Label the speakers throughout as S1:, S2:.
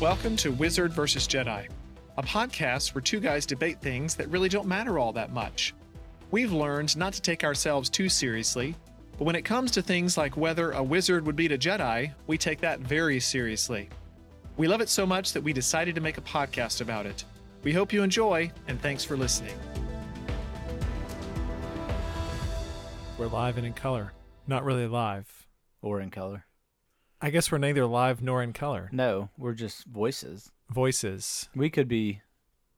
S1: Welcome to Wizard vs. Jedi, a podcast where two guys debate things that really don't matter all that much. We've learned not to take ourselves too seriously, but when it comes to things like whether a wizard would beat a Jedi, we take that very seriously. We love it so much that we decided to make a podcast about it. We hope you enjoy, and thanks for listening. We're live and in color. Not really live.
S2: or in color.
S1: I guess we're neither live nor in color.
S2: No, we're just voices.
S1: Voices.
S2: We could be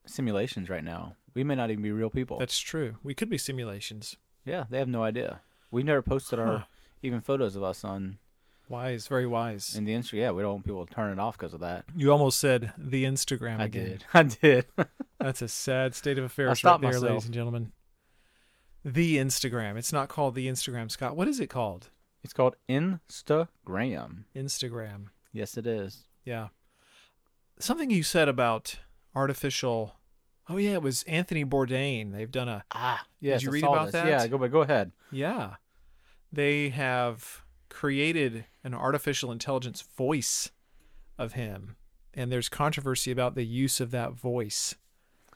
S2: simulations right now. We may not even be real people.
S1: That's true. We could be simulations.
S2: yeah, they have no idea. We've never posted our even photos of us on
S1: Wise, very wise.
S2: in the Instagram. Yeah, we don't want people to turn it off because of that.
S1: you almost said the Instagram.
S2: I
S1: again.
S2: did. I did.
S1: That's a sad state of affairs, right
S2: stopped
S1: there,
S2: myself.
S1: ladies and gentlemen. The Instagram. It's not called the Instagram, Scott. What is it called?
S2: it's called Instagram.
S1: Instagram.
S2: Yes, it is.
S1: Yeah. Something you said about artificial. Oh yeah, it was Anthony Bourdain. They've done a
S2: Ah, yes.
S1: you
S2: I
S1: read
S2: saw
S1: about
S2: this.
S1: that?
S2: Yeah, go but go ahead.
S1: yeah. They have created an artificial intelligence voice of him, and there's controversy about the use of that voice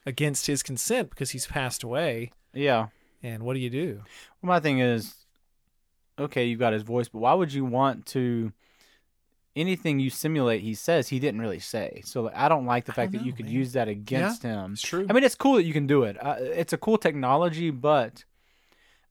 S1: against his consent because he's passed away.
S2: Yeah.
S1: And what do you do?
S2: Well, my thing is, okay, you've got his voice, but why would you want to? Anything you simulate, he says he didn't really say. So like, I don't like the
S1: I
S2: fact
S1: don't
S2: that you
S1: know,
S2: could
S1: man.
S2: use that against him.
S1: It's true.
S2: I mean, it's cool that you can do it. Uh, it's a cool technology, but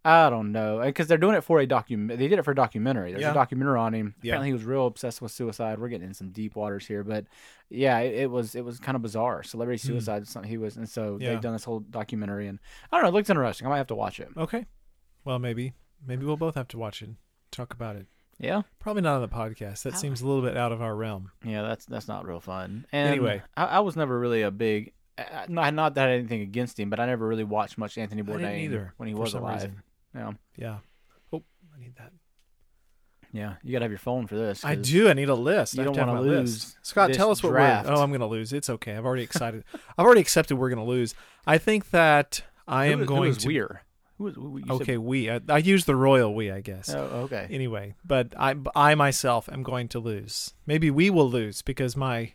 S2: I don't know because they're doing it for a document. They did it for a documentary. There's
S1: Yeah.
S2: a documentary on him.
S1: Yeah.
S2: Apparently, he was real obsessed with suicide. We're getting in some deep waters here, but yeah, it, it was it was kind of bizarre. Celebrity
S1: Hmm.
S2: suicide. is Something he was, and so
S1: Yeah.
S2: they've done this whole documentary, and I don't know. It looks interesting. I might have to watch it.
S1: Okay. Well, maybe maybe we'll both have to watch it, talk about it.
S2: Yeah.
S1: Probably not on the podcast. That
S2: Oh.
S1: seems a little bit out of our realm.
S2: Yeah, that's that's not real fun. And
S1: Anyway.
S2: I, I was never really a big, uh, not not that I had anything against him, but I never really watched much Anthony
S1: I
S2: Bourdain
S1: didn't either
S2: when he
S1: for
S2: was
S1: some
S2: alive.
S1: reason.
S2: Yeah,
S1: Yeah. Oh, I need that.
S2: yeah, you gotta have your phone for this.
S1: I
S2: 'cause-
S1: do. I need a list. I
S2: you
S1: have
S2: don't
S1: to have
S2: wanna
S1: my list.
S2: lose
S1: Scott, tell
S2: this
S1: us what
S2: draft.
S1: we're. Oh, I'm going to lose. It's okay. I've already excited. I've already accepted we're going to lose. I think that I
S2: Who
S1: am
S2: was-
S1: going
S2: who was
S1: to.
S2: Weir? Who was who- you said-
S1: Okay, we. I, I use the royal we, I guess.
S2: oh, okay.
S1: Anyway, but I, I myself am going to lose. Maybe we will lose because my,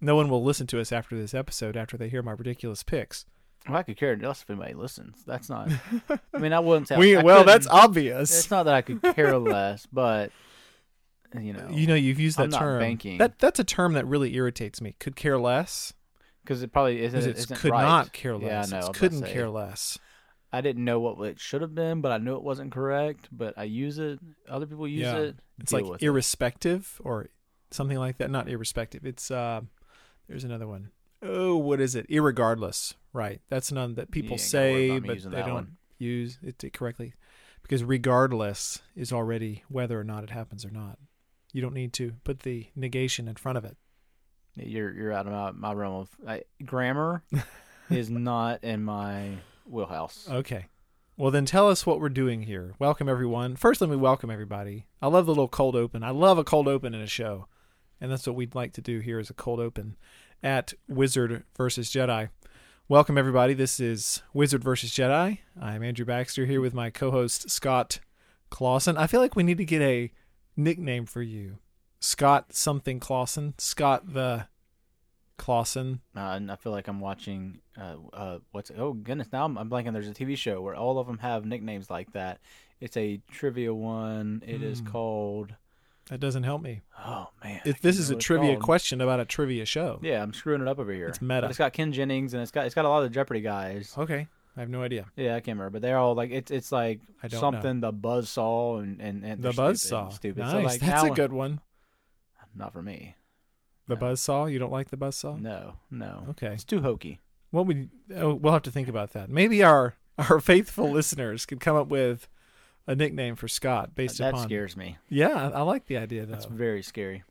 S1: no one will listen to us after this episode after they hear my ridiculous picks.
S2: Well, I could care less if anybody listens. That's not. I mean, I wouldn't. Tell,
S1: we
S2: I
S1: well, that's
S2: couldn't-
S1: obvious.
S2: It's not that I could care less, but you know,
S1: you know, you've used that
S2: I'm not
S1: term.
S2: banking.
S1: That that's a term that really irritates me. Could care less.
S2: because it probably isn't.
S1: Because it's
S2: isn't
S1: could
S2: right.
S1: not care
S2: Yeah, I
S1: less.
S2: know, I'm
S1: it's
S2: about to
S1: couldn't
S2: say.
S1: care less.
S2: I didn't know what it should have been, but I knew it wasn't correct. But I use it. Other people use
S1: Yeah.
S2: it.
S1: It's
S2: Deal
S1: like
S2: with it.
S1: irrespective or something like that. Not irrespective. It's uh, there's another one. Oh, what is it? Irregardless. Right. That's none that people
S2: ain't gotta
S1: say,
S2: worry about me
S1: but
S2: using
S1: they
S2: that
S1: don't
S2: one.
S1: use it correctly because regardless is already whether or not it happens or not. You don't need to put the negation in front of it.
S2: You're you're out of my, my realm of I, grammar. is not in my wheelhouse.
S1: Okay. Well, then tell us what we're doing here. Welcome, everyone. First, let me welcome everybody. I love the little cold open. I love a cold open in a show. And that's what we'd like to do here is a cold open at Wizard versus Jedi. Welcome, everybody. This is Wizard versus Jedi. I'm Andrew Baxter here with my co host, Scott Clausen. I feel like we need to get a nickname for you Scott something Clausen. Scott the Clausen.
S2: Uh, and I feel like I'm watching. Uh, uh, what's oh goodness now I'm, I'm blanking. There's a TV show where all of them have nicknames like that. It's a trivia one. It is
S1: Hmm.
S2: called.
S1: That doesn't help me.
S2: Oh man, I
S1: If
S2: can't
S1: this is
S2: remember
S1: a
S2: what it's
S1: trivia
S2: called.
S1: question about a trivia show.
S2: Yeah, I'm screwing it up over here.
S1: It's meta. Oh.
S2: But it's got Ken Jennings and it's got it's got a lot of Jeopardy guys.
S1: Okay. I have no idea.
S2: Yeah, I can't remember, but they're all like it's it's like
S1: I don't know.
S2: something the buzz saw and and, and
S1: The
S2: they're
S1: buzz
S2: stupid,
S1: saw.
S2: and stupid.
S1: Nice.
S2: So like
S1: That's
S2: now-
S1: a good one.
S2: Not for me.
S1: The
S2: Yeah.
S1: buzz saw. You don't like the buzz saw?
S2: No, no.
S1: Okay.
S2: It's too hokey.
S1: What we oh, we'll have to think about that. Maybe our our faithful listeners could come up with a nickname for Scott based
S2: that
S1: upon.
S2: scares me.
S1: Yeah, I- I like the idea though.
S2: That's very scary.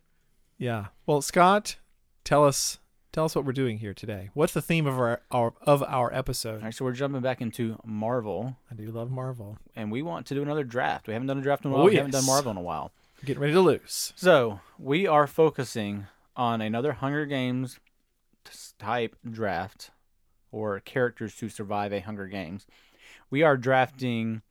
S1: Yeah. Well, Scott, tell us tell us what we're doing here today. What's the theme of our, our of our episode?
S2: All right, so we're jumping back into Marvel,
S1: I do love Marvel.
S2: and we want to do another draft. We haven't done a draft in a
S1: Oh,
S2: while. We haven't
S1: yes.
S2: done Marvel in a while.
S1: Getting ready to lose.
S2: So we are focusing on another Hunger Games t- type draft, or characters to survive a Hunger Games. We are drafting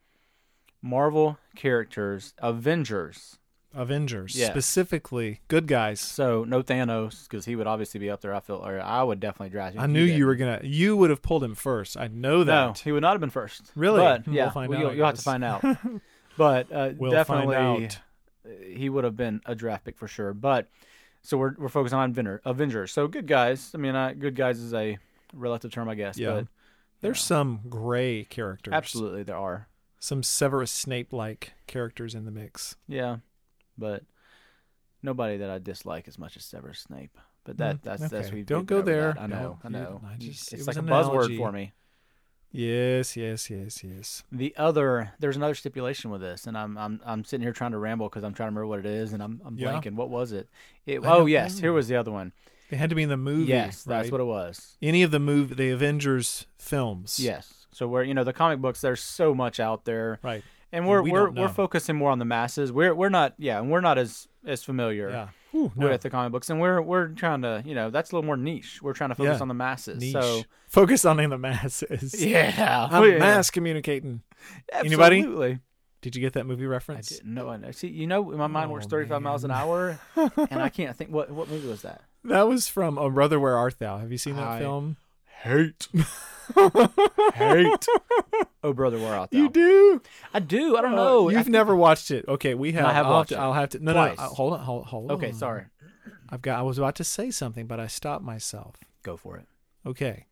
S2: Marvel characters, Avengers
S1: Avengers,
S2: Yes.
S1: specifically good guys.
S2: So no Thanos because he would obviously be up there. I feel, or I would definitely draft him.
S1: I
S2: if
S1: knew
S2: did.
S1: you were gonna. You would have pulled him first. I know
S2: No,
S1: that.
S2: he would not have been first.
S1: Really? Hmm.
S2: But
S1: We'll
S2: yeah, we
S1: find
S2: you'll,
S1: out, I
S2: you'll have to
S1: guess.
S2: find out. But uh,
S1: We'll
S2: definitely, uh,
S1: find out.
S2: he would have been a draft pick for sure. But so we're we're focused on Avenger, Avengers. So good guys. I mean, I, good guys is a relative term, I guess.
S1: Yeah.
S2: But
S1: There's some gray characters.
S2: absolutely there are.
S1: Some Severus Snape-like characters in the mix.
S2: Yeah, but nobody that I dislike as much as Severus Snape. But that
S1: Mm,
S2: that's that's
S1: okay.
S2: we've
S1: Don't
S2: we've
S1: go
S2: been over that.
S1: there.
S2: I know,
S1: Don't-
S2: I
S1: you-
S2: know.
S1: I just- it was
S2: it's like a
S1: an
S2: buzzword
S1: analogy.
S2: for me.
S1: Yes, yes, yes, yes.
S2: The other there's another stipulation with this, and I'm I'm I'm sitting here trying to ramble because I'm trying to remember what it is, and I'm I'm
S1: Yeah.
S2: blanking. What was it? It
S1: I
S2: oh
S1: don't
S2: yes,
S1: know.
S2: here was the other one.
S1: It had to be in the movie.
S2: yes,
S1: right?
S2: that's what it was.
S1: Any of the movie, the Avengers films.
S2: Yes. So we're you know the comic books, there's so much out there,
S1: Right.
S2: and we're
S1: We
S2: we are
S1: don't
S2: we we're
S1: know.
S2: focusing more on the masses. We're we're not yeah, and we're not as as familiar.
S1: Yeah. Whew, no.
S2: with the comic books, and we're we're trying to you know that's a little more niche. We're trying to focus
S1: Yeah.
S2: on the masses.
S1: Niche.
S2: So
S1: Focus on the masses.
S2: yeah, Oh,
S1: I'm
S2: yeah.
S1: mass communicating. Anybody?
S2: Absolutely.
S1: Did you get that movie
S2: I
S1: reference?
S2: didn't know. I know. See, you know, my mind
S1: Oh,
S2: works thirty five miles an
S1: man.
S2: hour, and I can't think what what movie was that.
S1: That was from Oh Brother Where Art Thou? Have you seen that
S2: I-
S1: film?
S2: Hate, hate. Oh brother, we're out there.
S1: You do?
S2: I do. I don't
S1: Uh,
S2: know. I
S1: you've
S2: think-
S1: never watched it. Okay, we have.
S2: Oh, I have
S1: I'll
S2: watched
S1: to,
S2: it.
S1: I'll have to. No,
S2: Twice.
S1: no. I'll- hold on. Hold, hold on.
S2: Okay, sorry.
S1: I've got. I was about to say something, but I stopped myself.
S2: Go for it.
S1: Okay,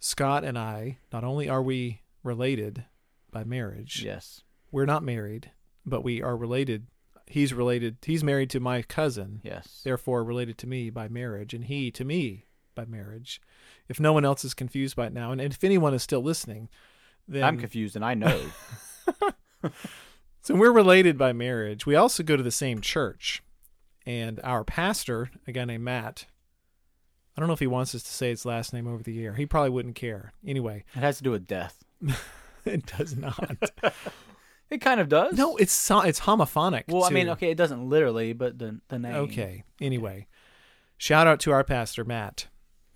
S1: Scott and I. Not only are we related by marriage,
S2: Yes.
S1: we're not married, but we are related. He's related. He's married to my cousin,
S2: Yes.
S1: therefore related to me by marriage, and he to me by marriage. If no one else is confused by it now, and if anyone is still listening, then
S2: I'm confused, and I know.
S1: So we're related by marriage. We also go to the same church. And our pastor, a guy named Matt, I don't know if he wants us to say his last name over the air. He probably wouldn't care. Anyway,
S2: it has to do with death.
S1: it does not.
S2: It kind of does.
S1: no, it's so- it's homophonic.
S2: Well, I
S1: too.
S2: mean, okay, it doesn't literally, but the the name.
S1: Okay. Anyway, shout out to our pastor Matt,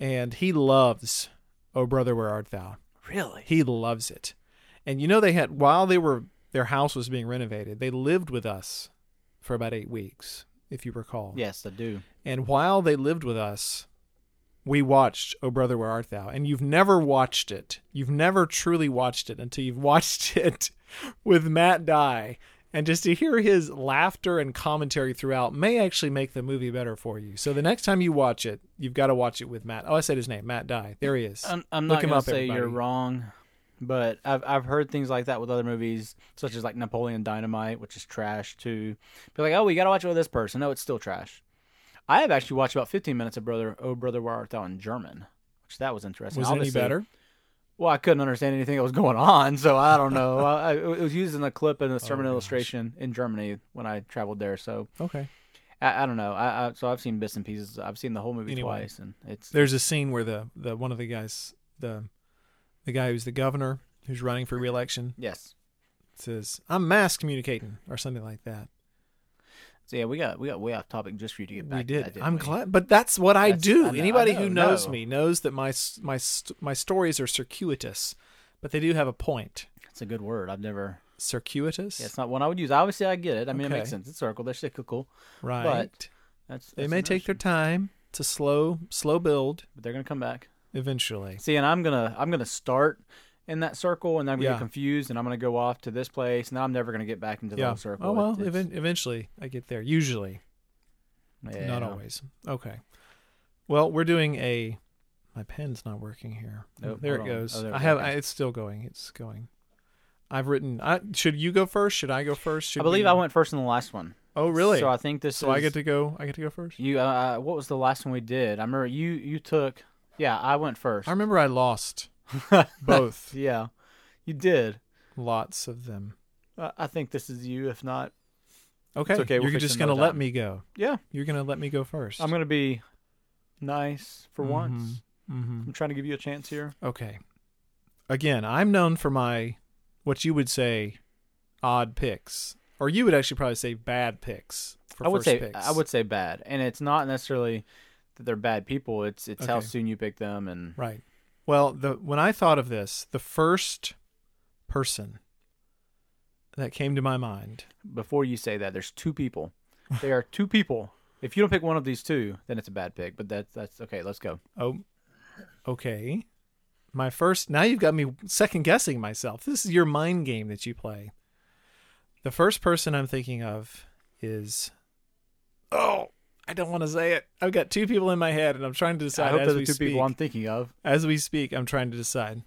S1: and he loves "Oh Brother, Where Art Thou."
S2: Really?
S1: He loves it. And you know they had while they were their house was being renovated, they lived with us for about eight weeks, if you recall.
S2: Yes, I do.
S1: And while they lived with us, we watched Oh Brother Where Art Thou? And you've never watched it. You've never truly watched it until you've watched it with Matt Dye. And just to hear his laughter and commentary throughout may actually make the movie better for you. So the next time you watch it, you've got to watch it with Matt. Oh, I said his name, Matt Dye. There he is.
S2: I'm, I'm
S1: Look
S2: not
S1: him
S2: gonna
S1: up,
S2: say you're
S1: everybody.
S2: wrong, but I've I've heard things like that with other movies, such as like Napoleon Dynamite, which is trash too. Be like, oh, we gotta watch it with this person. No, it's still trash. I have actually watched about 15 minutes of Brother Oh Brother Where Art Thou in German, which that was interesting.
S1: Was it any
S2: Obviously-
S1: better?
S2: Well, I couldn't understand anything that was going on, so I don't know. I, I, it was used in a clip in a sermon
S1: Oh, gosh.
S2: illustration in Germany when I traveled there, so
S1: Okay.
S2: I, I don't know. I, I so I've seen bits and pieces. I've seen the whole movie
S1: Anyway.
S2: twice, and it's
S1: There's a scene where the, the one of the guys, the the guy who's the governor who's running for reelection,
S2: yes.
S1: says, "I'm mass communicating" or something like that.
S2: So yeah, we got we got way off topic just for you to get back.
S1: we
S2: to
S1: did.
S2: that, didn't
S1: I'm
S2: we?
S1: glad, but that's what I
S2: That's-
S1: do.
S2: I know- I
S1: Anybody
S2: know,
S1: who knows
S2: no.
S1: me knows that my s- my st- my stories are circuitous, but they do have a point.
S2: It's a good word. I've never.
S1: Circuitous,
S2: Yeah, it's not one I would use. Obviously, I get it. I mean, it
S1: Okay.
S2: makes sense. It's circle. They're cyclical.
S1: right?
S2: That's,
S1: they
S2: that's
S1: may
S2: the
S1: take their
S2: notion.
S1: time to slow slow build
S2: but they're gonna come back.
S1: eventually.
S2: See, and I'm gonna I'm gonna start in that circle, and I'm gonna
S1: Yeah.
S2: get confused, and I'm gonna go off to this place, and I'm never gonna get back into the
S1: Yeah.
S2: whole circle.
S1: Oh
S2: It-
S1: well,
S2: it's-
S1: even, eventually I get there. Usually,
S2: yeah.
S1: not always. Okay. Well, we're doing a. My pen's not working here.
S2: Nope,
S1: there it
S2: hold on.
S1: goes.
S2: Oh, there
S1: I
S2: we
S1: have.
S2: go.
S1: I, it's still going. It's going. I've written. I, should you go first? Should I go first? Should
S2: I believe
S1: we-
S2: I went first in the last one.
S1: Oh really?
S2: So I think this.
S1: So I
S2: is-
S1: get to go. I get to go first.
S2: You. Uh, what was the last one we did? I remember you. You took. Yeah, I went first.
S1: I remember I lost both
S2: yeah, you did.
S1: lots of them.
S2: Uh, I think this is you. If not,
S1: Okay,
S2: It's okay, we'll
S1: you're
S2: fix
S1: just
S2: it
S1: gonna
S2: another
S1: let
S2: time.
S1: me go.
S2: yeah,
S1: You're gonna let me go 1st
S2: I'm gonna be nice for
S1: Mhm.
S2: once.
S1: mm-hmm.
S2: I'm trying to give you a chance here.
S1: Okay. Again, I'm known for my what you would say odd picks, or you would actually probably say bad picks. For
S2: I would
S1: first
S2: say
S1: picks.
S2: I would say bad, and it's not necessarily that they're bad people. It's it's how
S1: Okay.
S2: soon you pick them, and
S1: Right. Well, the when I thought of this, the first person that came to my mind.
S2: before you say that, there's two people They are two people. If you don't pick one of these two, then it's a bad pick. But that's that's okay. Let's go.
S1: Oh, okay. My first. Now you've got me second guessing myself. This is your mind game that you play. The first person I'm thinking of is. Oh, I don't want to say it. I've got two people in my head, and I'm trying to decide.
S2: I hope
S1: as
S2: they're the
S1: we
S2: two
S1: speak.
S2: people I'm thinking of.
S1: As we speak, I'm trying to decide.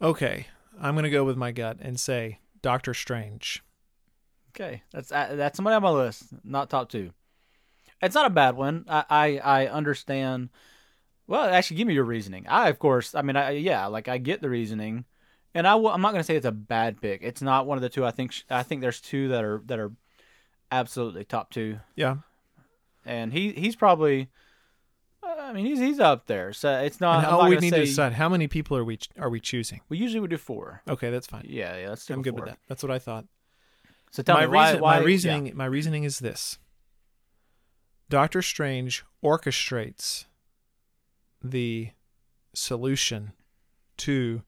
S1: Okay, I'm gonna go with my gut and say Doctor Strange.
S2: Okay, that's uh, that's somebody on my list, not top two. It's not a bad one. I I, I understand. Well, actually, give me your reasoning. I of course, I mean, I yeah, like I get the reasoning, and I will, I'm not gonna say it's a bad pick. It's not one of the two. I think sh- I think there's two that are that are absolutely top two,
S1: Yeah,
S2: and he he's probably. uh, I mean, he's he's up there, so it's not.
S1: and
S2: I'm
S1: all
S2: not
S1: we
S2: gonna
S1: need
S2: say-
S1: to decide how many people are we ch- are we choosing?
S2: We usually would do four.
S1: Okay, that's fine.
S2: Yeah, yeah, let's do
S1: I'm good
S2: four.
S1: with that. That's what I thought.
S2: So tell
S1: my
S2: me why,
S1: reason,
S2: why
S1: my
S2: yeah.
S1: reasoning, my reasoning is this: Doctor Strange orchestrates the solution to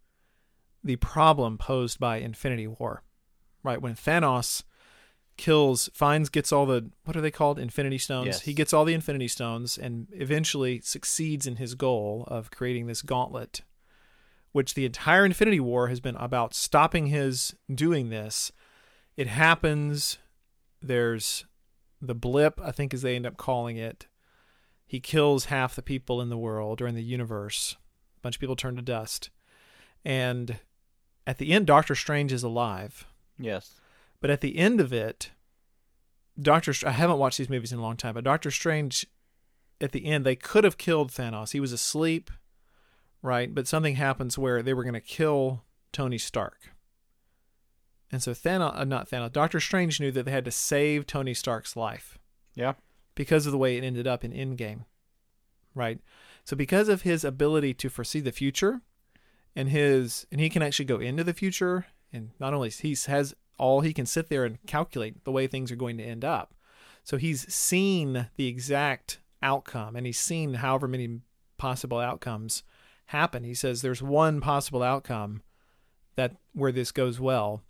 S1: the problem posed by Infinity War. Right when Thanos kills, finds, gets all the what are they called? Infinity Stones.
S2: Yes.
S1: He gets all the Infinity Stones and eventually succeeds in his goal of creating this gauntlet which the entire Infinity War has been about stopping his doing this. It happens. There's the blip, I think, as they end up calling it. He kills half the people in the world or in the universe. A bunch of people turn to dust. And at the end, Doctor Strange is alive.
S2: Yes.
S1: But at the end of it, Doctor Str- I haven't watched these movies in a long time, but Doctor Strange at the end they could have killed Thanos. He was asleep, right? But something happens where they were going to kill Tony Stark. And so Thanos uh, not Thanos, Doctor Strange knew that they had to save Tony Stark's life
S2: Yeah.
S1: because of the way it ended up in Endgame, right? So because of his ability to foresee the future, and his and he can actually go into the future, and not only he has all he can sit there and calculate the way things are going to end up. So he's seen the exact outcome, and he's seen however many possible outcomes happen. He says there's one possible outcome that where this goes well.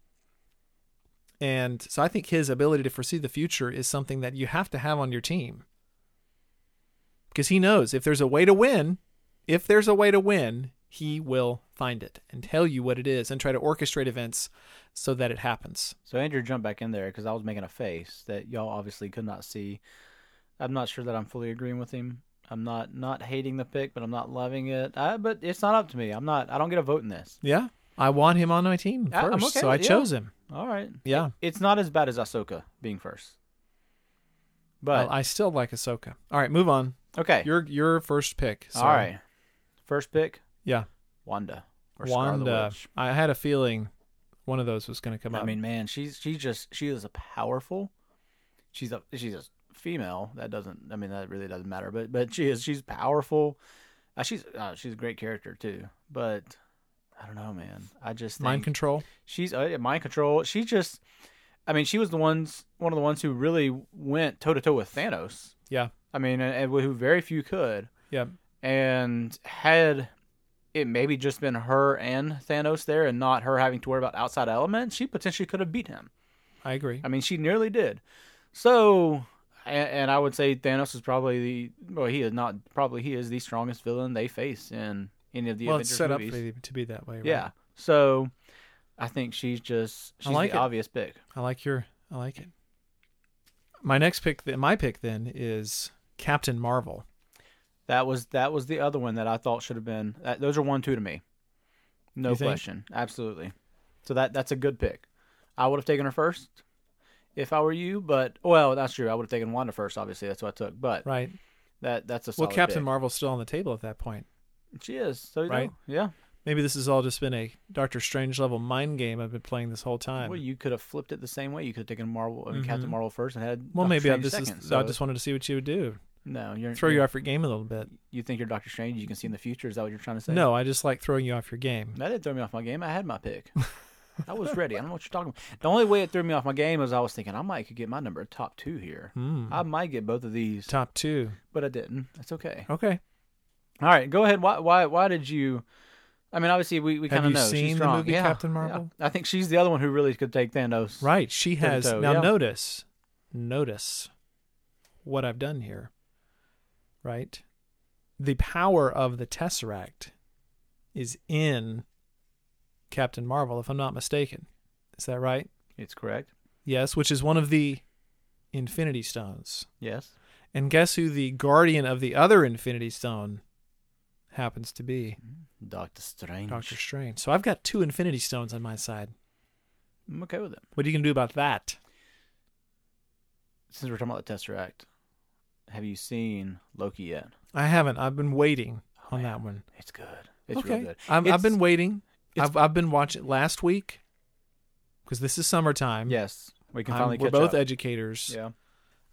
S1: And so I think his ability to foresee the future is something that you have to have on your team. Because he knows if there's a way to win, if there's a way to win, he will find it and tell you what it is and try to orchestrate events so that it happens.
S2: So Andrew jumped back in there because I was making a face that y'all obviously could not see. I'm not sure that I'm fully agreeing with him. I'm not not hating the pick, but I'm not loving it. I, but it's not up to me. I'm not. I don't get a vote in this.
S1: Yeah. I want him on my team
S2: I- I'm
S1: first.
S2: okay
S1: so I
S2: with- yeah.
S1: chose him.
S2: All right.
S1: Yeah.
S2: It's not as bad as Ahsoka being first. But
S1: I, I still like Ahsoka. All right, move on.
S2: okay.
S1: Your your first pick.
S2: All
S1: Sorry.
S2: right. First pick,
S1: Yeah.
S2: Wanda. Or Scarlet
S1: Wanda.
S2: Witch.
S1: I had a feeling one of those was going to come up.
S2: I mean, man, she's she's just she is a powerful. She's a she's a female. That doesn't. I mean, that really doesn't matter. But but she is she's powerful. Uh, she's uh, she's a great character too. But I don't know, man. I just think
S1: mind control.
S2: she's uh, yeah, mind control. She just. I mean, she was the ones one of the ones who really went toe to toe with Thanos.
S1: Yeah.
S2: I mean, and, and who very few could.
S1: Yeah.
S2: And had it maybe just been her and Thanos there, and not her having to worry about outside elements, she potentially could have beat him.
S1: I agree.
S2: I mean, she nearly did. So, and, and I would say Thanos is probably the well, he is not probably he is the strongest villain they face in any of the
S1: well,
S2: Avengers
S1: it's set
S2: movies.
S1: up for it to be that way. Right?
S2: yeah. So, I think she's just she's
S1: like
S2: the
S1: it.
S2: obvious pick.
S1: I like your. I like it. My next pick, th- my pick then is Captain Marvel.
S2: That was that was the other one that I thought should have been. That, those are one two to me, no
S1: You think?
S2: question, absolutely. So that that's a good pick. I would have taken her first if I were you, but well, that's true. I would have taken Wanda first. Obviously, that's what I took. But
S1: Right.
S2: that that's a
S1: Well,
S2: solid
S1: Captain
S2: pick.
S1: Marvel's still on the table at that point.
S2: She is. So you
S1: Right?
S2: know, yeah.
S1: Maybe this has all just been a Doctor Strange level mind game I've been playing this whole time.
S2: Well, you could have flipped it the same way. You could have taken Marvel, I mean, Captain
S1: Mhm.
S2: Marvel first, and had
S1: Well,
S2: Doctor
S1: maybe I,
S2: Strange
S1: this
S2: second,
S1: is.
S2: So
S1: I just wanted to see what you would do.
S2: no, you're
S1: Throw you
S2: you're-
S1: off your game a little bit.
S2: You think you're Doctor Strange? You can see in the future. Is that what you're trying to say?
S1: No, I just like throwing you off your game.
S2: that didn't throw me off my game. I had my pick. I was ready. I don't know what you're talking about. The only way it threw me off my game is I was thinking I might could get my number top two here.
S1: Hmm.
S2: I might get both of these,
S1: Top two.
S2: but I didn't. That's okay.
S1: Okay.
S2: All right, go ahead. Why? Why? Why did you? I mean, obviously, we, we
S1: Have
S2: kind of
S1: you
S2: know
S1: seen
S2: she's
S1: the
S2: strong.
S1: movie
S2: Yeah,
S1: Captain
S2: yeah.
S1: Marvel?
S2: I think she's the other one who really could take Thanos.
S1: Right. She has
S2: Toe-to-toe,
S1: now
S2: yeah.
S1: notice notice what I've done here, right? The power of the Tesseract is in Captain Marvel, if I'm not mistaken. Is that right?
S2: It's correct.
S1: Yes, which is one of the Infinity Stones.
S2: Yes.
S1: And guess who the guardian of the other Infinity Stone happens to be?
S2: Doctor Strange.
S1: Doctor Strange. So I've got two Infinity Stones on my side.
S2: I'm okay with it.
S1: What are you going to do about that?
S2: Since we're talking about the Tesseract, have you seen Loki yet?
S1: I haven't. I've been waiting
S2: Oh,
S1: on
S2: man.
S1: that one.
S2: It's good. It's
S1: okay.
S2: real good.
S1: I'm, I've
S2: It's-
S1: been waiting.
S2: it's-
S1: I've, I've been watching last week because this is summertime.
S2: Yes, we can
S1: I'm-
S2: finally
S1: we're
S2: catch
S1: both
S2: up.
S1: educators.
S2: yeah.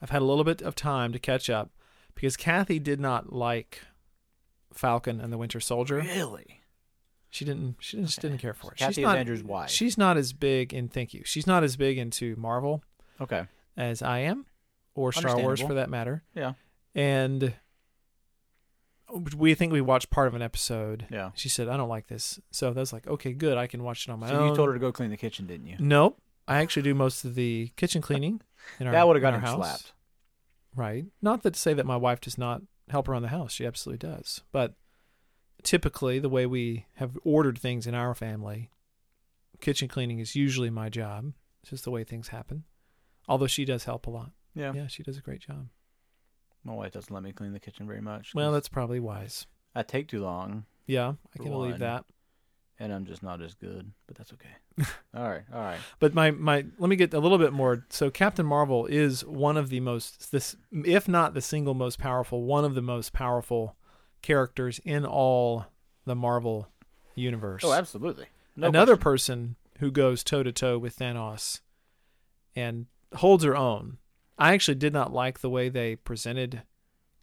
S1: I've had a little bit of time to catch up because Kathy did not like Falcon and the Winter Soldier.
S2: Really?
S1: She didn't. She didn't, just didn't care for it.
S2: Kathy
S1: she's
S2: is
S1: not,
S2: Andrew's wife.
S1: She's not as big in. Thank you. She's not as big into Marvel
S2: Okay.
S1: as I am, or Star Wars
S2: Understandable.
S1: for that matter.
S2: Yeah.
S1: And we think we watched part of an episode.
S2: Yeah.
S1: She said, "I don't like this," so that's like, okay, good. I can watch it on my
S2: So
S1: own.
S2: you told her to go clean the kitchen, didn't you?
S1: Nope. I actually do most of the kitchen cleaning. In our,
S2: that would have
S1: in our
S2: gotten
S1: house.
S2: slapped.
S1: Right. Not that to say that my wife does not help around the house. She absolutely does. But typically, the way we have ordered things in our family, kitchen cleaning is usually my job. It's just the way things happen. Although she does help a lot.
S2: Yeah.
S1: Yeah, she does a great job.
S2: My wife doesn't let me clean the kitchen very much. 'cause
S1: Well, that's probably wise.
S2: I take too long,
S1: Yeah, I can
S2: One.
S1: believe that.
S2: and I'm just not as good. But that's okay. all right. All right.
S1: But my my let me get a little bit more. So Captain Marvel is one of the most this if not the single most powerful, one of the most powerful characters in all the Marvel universe.
S2: Oh, absolutely. No
S1: Another
S2: question.
S1: person who goes toe to toe with Thanos and holds her own. I actually did not like the way they presented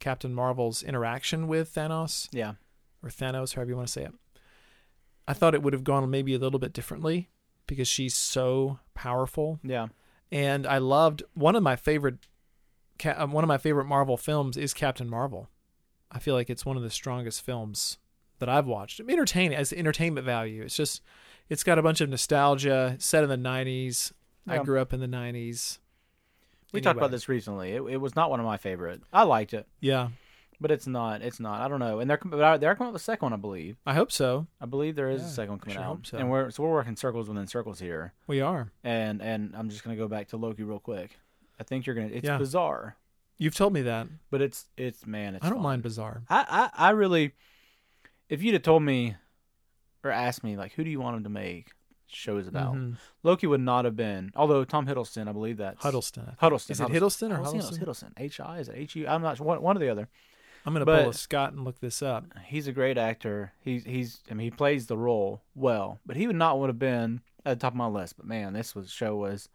S1: Captain Marvel's interaction with Thanos
S2: yeah.
S1: or Thanos, however you want to say it. I thought it would have gone maybe a little bit differently because she's so powerful
S2: Yeah.
S1: and I loved one of my favorite ca- uh, one of my favorite Marvel films is Captain Marvel. I feel like it's one of the strongest films that I've watched. I mean, entertaining as entertainment value. It's just it's got a bunch of nostalgia set in the 90s.
S2: Yeah.
S1: I grew up in the 90s.
S2: We talked about
S1: Anyway.
S2: this recently. It, it was not one of my favorite. I liked it,
S1: Yeah.
S2: but it's not. It's not. I don't know. And they're com- they're they're coming up with a second one, I believe.
S1: I hope so.
S2: I believe there is
S1: Yeah,
S2: a second one coming
S1: sure
S2: out.
S1: hope so.
S2: And we're so we're working circles within circles here.
S1: We are.
S2: And and I'm just gonna go back to Loki real quick. I think you're gonna. It's
S1: Yeah.
S2: bizarre,
S1: You've told me that.
S2: but it's it's man. It's
S1: I don't
S2: fun.
S1: mind bizarre.
S2: I, I I really, if you'd have told me, or asked me like, who do you want him to make shows about?
S1: Mhm.
S2: Loki would not have been. Although Tom Hiddleston, I believe that's
S1: Huddleston.
S2: Huddleston.
S1: Is it Hiddleston or
S2: Hiddleston?
S1: Huddleston?
S2: Hiddleston. H I is it H U? I'm not sure. One, one or the other.
S1: I'm going to
S2: But-
S1: pull a Scott and look this up.
S2: He's a great actor. He's he's. I mean, he plays the role well. But he would not would have been at the top of my list. But man, this was show was,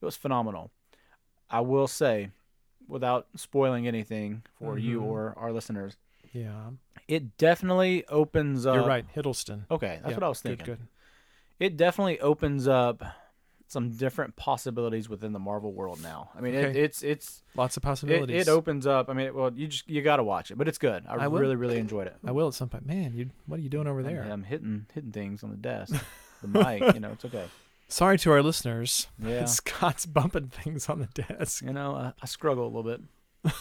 S2: it was phenomenal. I will say, without spoiling anything for you
S1: Mhm.
S2: or our listeners,
S1: Yeah.
S2: it definitely opens up.
S1: You're right. Hiddleston.
S2: Okay, that's
S1: Yeah,
S2: what I was
S1: good,
S2: thinking.
S1: good.
S2: It definitely opens up some different possibilities within the Marvel world now. I mean, it,
S1: Okay.
S2: it's it's
S1: Lots of
S2: it,
S1: possibilities.
S2: it opens up. I mean, well, you just you got to watch it, but it's good. I,
S1: I will.
S2: really really enjoyed it.
S1: I will at some point. Man, you what are you doing over there?
S2: I'm, I'm hitting hitting things on the desk, the mic. You know, it's okay.
S1: Sorry to our listeners.
S2: Yeah,
S1: Scott's bumping things on the desk.
S2: you know, I, I struggle a little bit.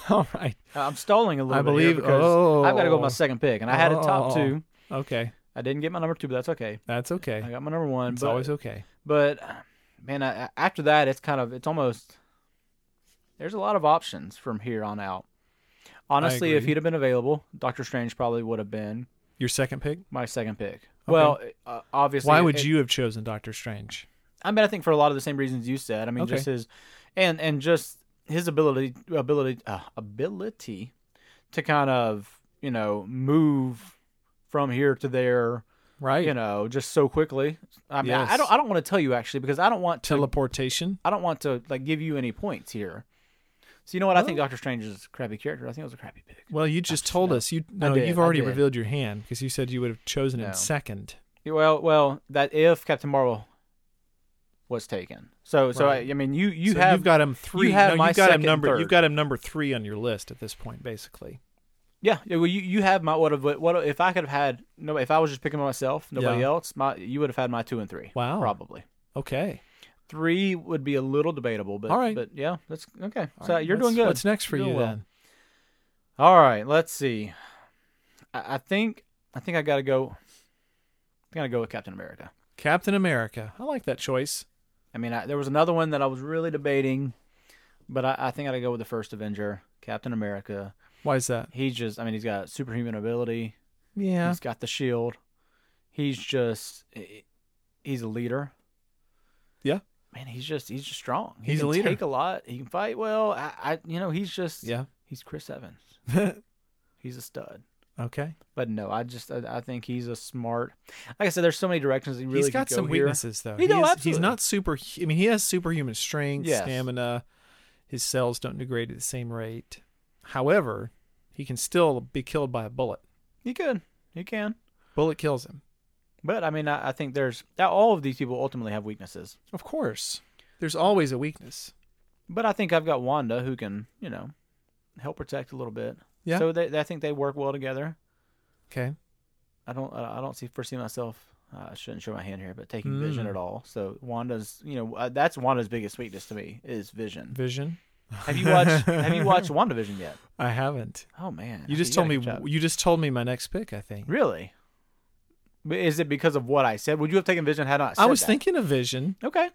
S1: All right.
S2: I- I'm stalling a little.
S1: I
S2: bit here
S1: believe.
S2: because
S1: Oh,
S2: I've got to go with my second pick, and I had a top
S1: Oh.
S2: two.
S1: Okay,
S2: I didn't get my number two, but that's okay.
S1: that's okay.
S2: I got my number one.
S1: It's
S2: but,
S1: always okay.
S2: but uh, man I, I- after that it's kind of it's almost there's a lot of options from here on out honestly if
S1: agree.
S2: he'd have been available dr strange probably would have been
S1: Your second pick.
S2: my second pick well uh, obviously
S1: Why would
S2: it-
S1: you have chosen Doctor Strange?
S2: i mean i think for a lot of the same reasons you said i mean
S1: Okay.
S2: just his and and just his ability ability uh, ability to kind of you know move from here to there
S1: Right.
S2: you know just so quickly i mean I- I
S1: Yes.
S2: don't i don't want to tell you actually because i don't want to
S1: Teleportation.
S2: I don't want to like give you any points here. So you know what? I think
S1: Well-
S2: Doctor Strange is a crappy character. I think it was a crappy pick.
S1: Well, you just
S2: Abs-
S1: told
S2: no.
S1: us you. No,
S2: did,
S1: you've
S2: I
S1: already
S2: did.
S1: revealed your hand because you said you would have chosen
S2: No.
S1: him second.
S2: Well, well, that if Captain Marvel was taken. So, so I,
S1: Right.
S2: I mean, you you
S1: So
S2: have
S1: you've got him three.
S2: have
S1: no,
S2: my
S1: you've got him
S2: second,
S1: number.
S2: third.
S1: You've got him number three on your list at this point, basically.
S2: yeah. yeah, Well, you, you have my what if what if I could have had no if I was just picking myself, nobody
S1: Yeah.
S2: else, my you would have had my two and three.
S1: Wow.
S2: probably.
S1: Okay.
S2: Three would be a little debatable, but
S1: All right.
S2: But yeah, that's okay.
S1: All
S2: so
S1: right,
S2: you're doing
S1: what's-
S2: good.
S1: What's next for
S2: You're
S1: you
S2: doing well.
S1: then?
S2: All right, let's see. I, I think I think I gotta go. I gotta go with Captain America.
S1: Captain America. I like that choice.
S2: I mean, I, there was another one that I was really debating, but I, I think I gotta go with the first Avenger, Captain America.
S1: Why is that?
S2: He's just, I mean, he's got superhuman ability.
S1: Yeah.
S2: He's got the shield. He's just, he- he's a leader.
S1: Yeah.
S2: Man, he's just, he's just strong. He
S1: He's a
S2: can
S1: leader.
S2: Take a lot. He can fight well. I, I you know, he's just,
S1: Yeah.
S2: He's Chris Evans. He's a stud.
S1: okay.
S2: But no, I just I, I think he's a smart. Like I said, there's so many directions he really
S1: he's got
S2: could go
S1: some
S2: here.
S1: weaknesses though.
S2: He do,
S1: is- he's
S2: absolutely.
S1: not super. I mean, he has superhuman strength,
S2: Yes.
S1: stamina. His cells don't degrade at the same rate. However, he can still be killed by a bullet.
S2: He could, he can.
S1: Bullet kills him.
S2: But I mean, I, I think there's uh, all of these people ultimately have weaknesses.
S1: Of course, there's always a weakness.
S2: But I think I've got Wanda who can, you know, help protect a little bit.
S1: Yeah.
S2: So they, I think they work well together.
S1: Okay.
S2: I don't I I don't see foresee myself. uh, I shouldn't show my hand here, but taking
S1: Mm.
S2: Vision at all. So Wanda's, you know, uh, that's Wanda's biggest weakness to me is Vision.
S1: Vision.
S2: Have you watched Have you watched WandaVision yet?
S1: I haven't.
S2: Oh man,
S1: You just
S2: gotta
S1: told me.
S2: catch up.
S1: You just told me my next pick. I think.
S2: Really? But is it because of what I said? Would you have taken Vision had I? Said
S1: I was
S2: that?
S1: thinking of Vision
S2: Okay.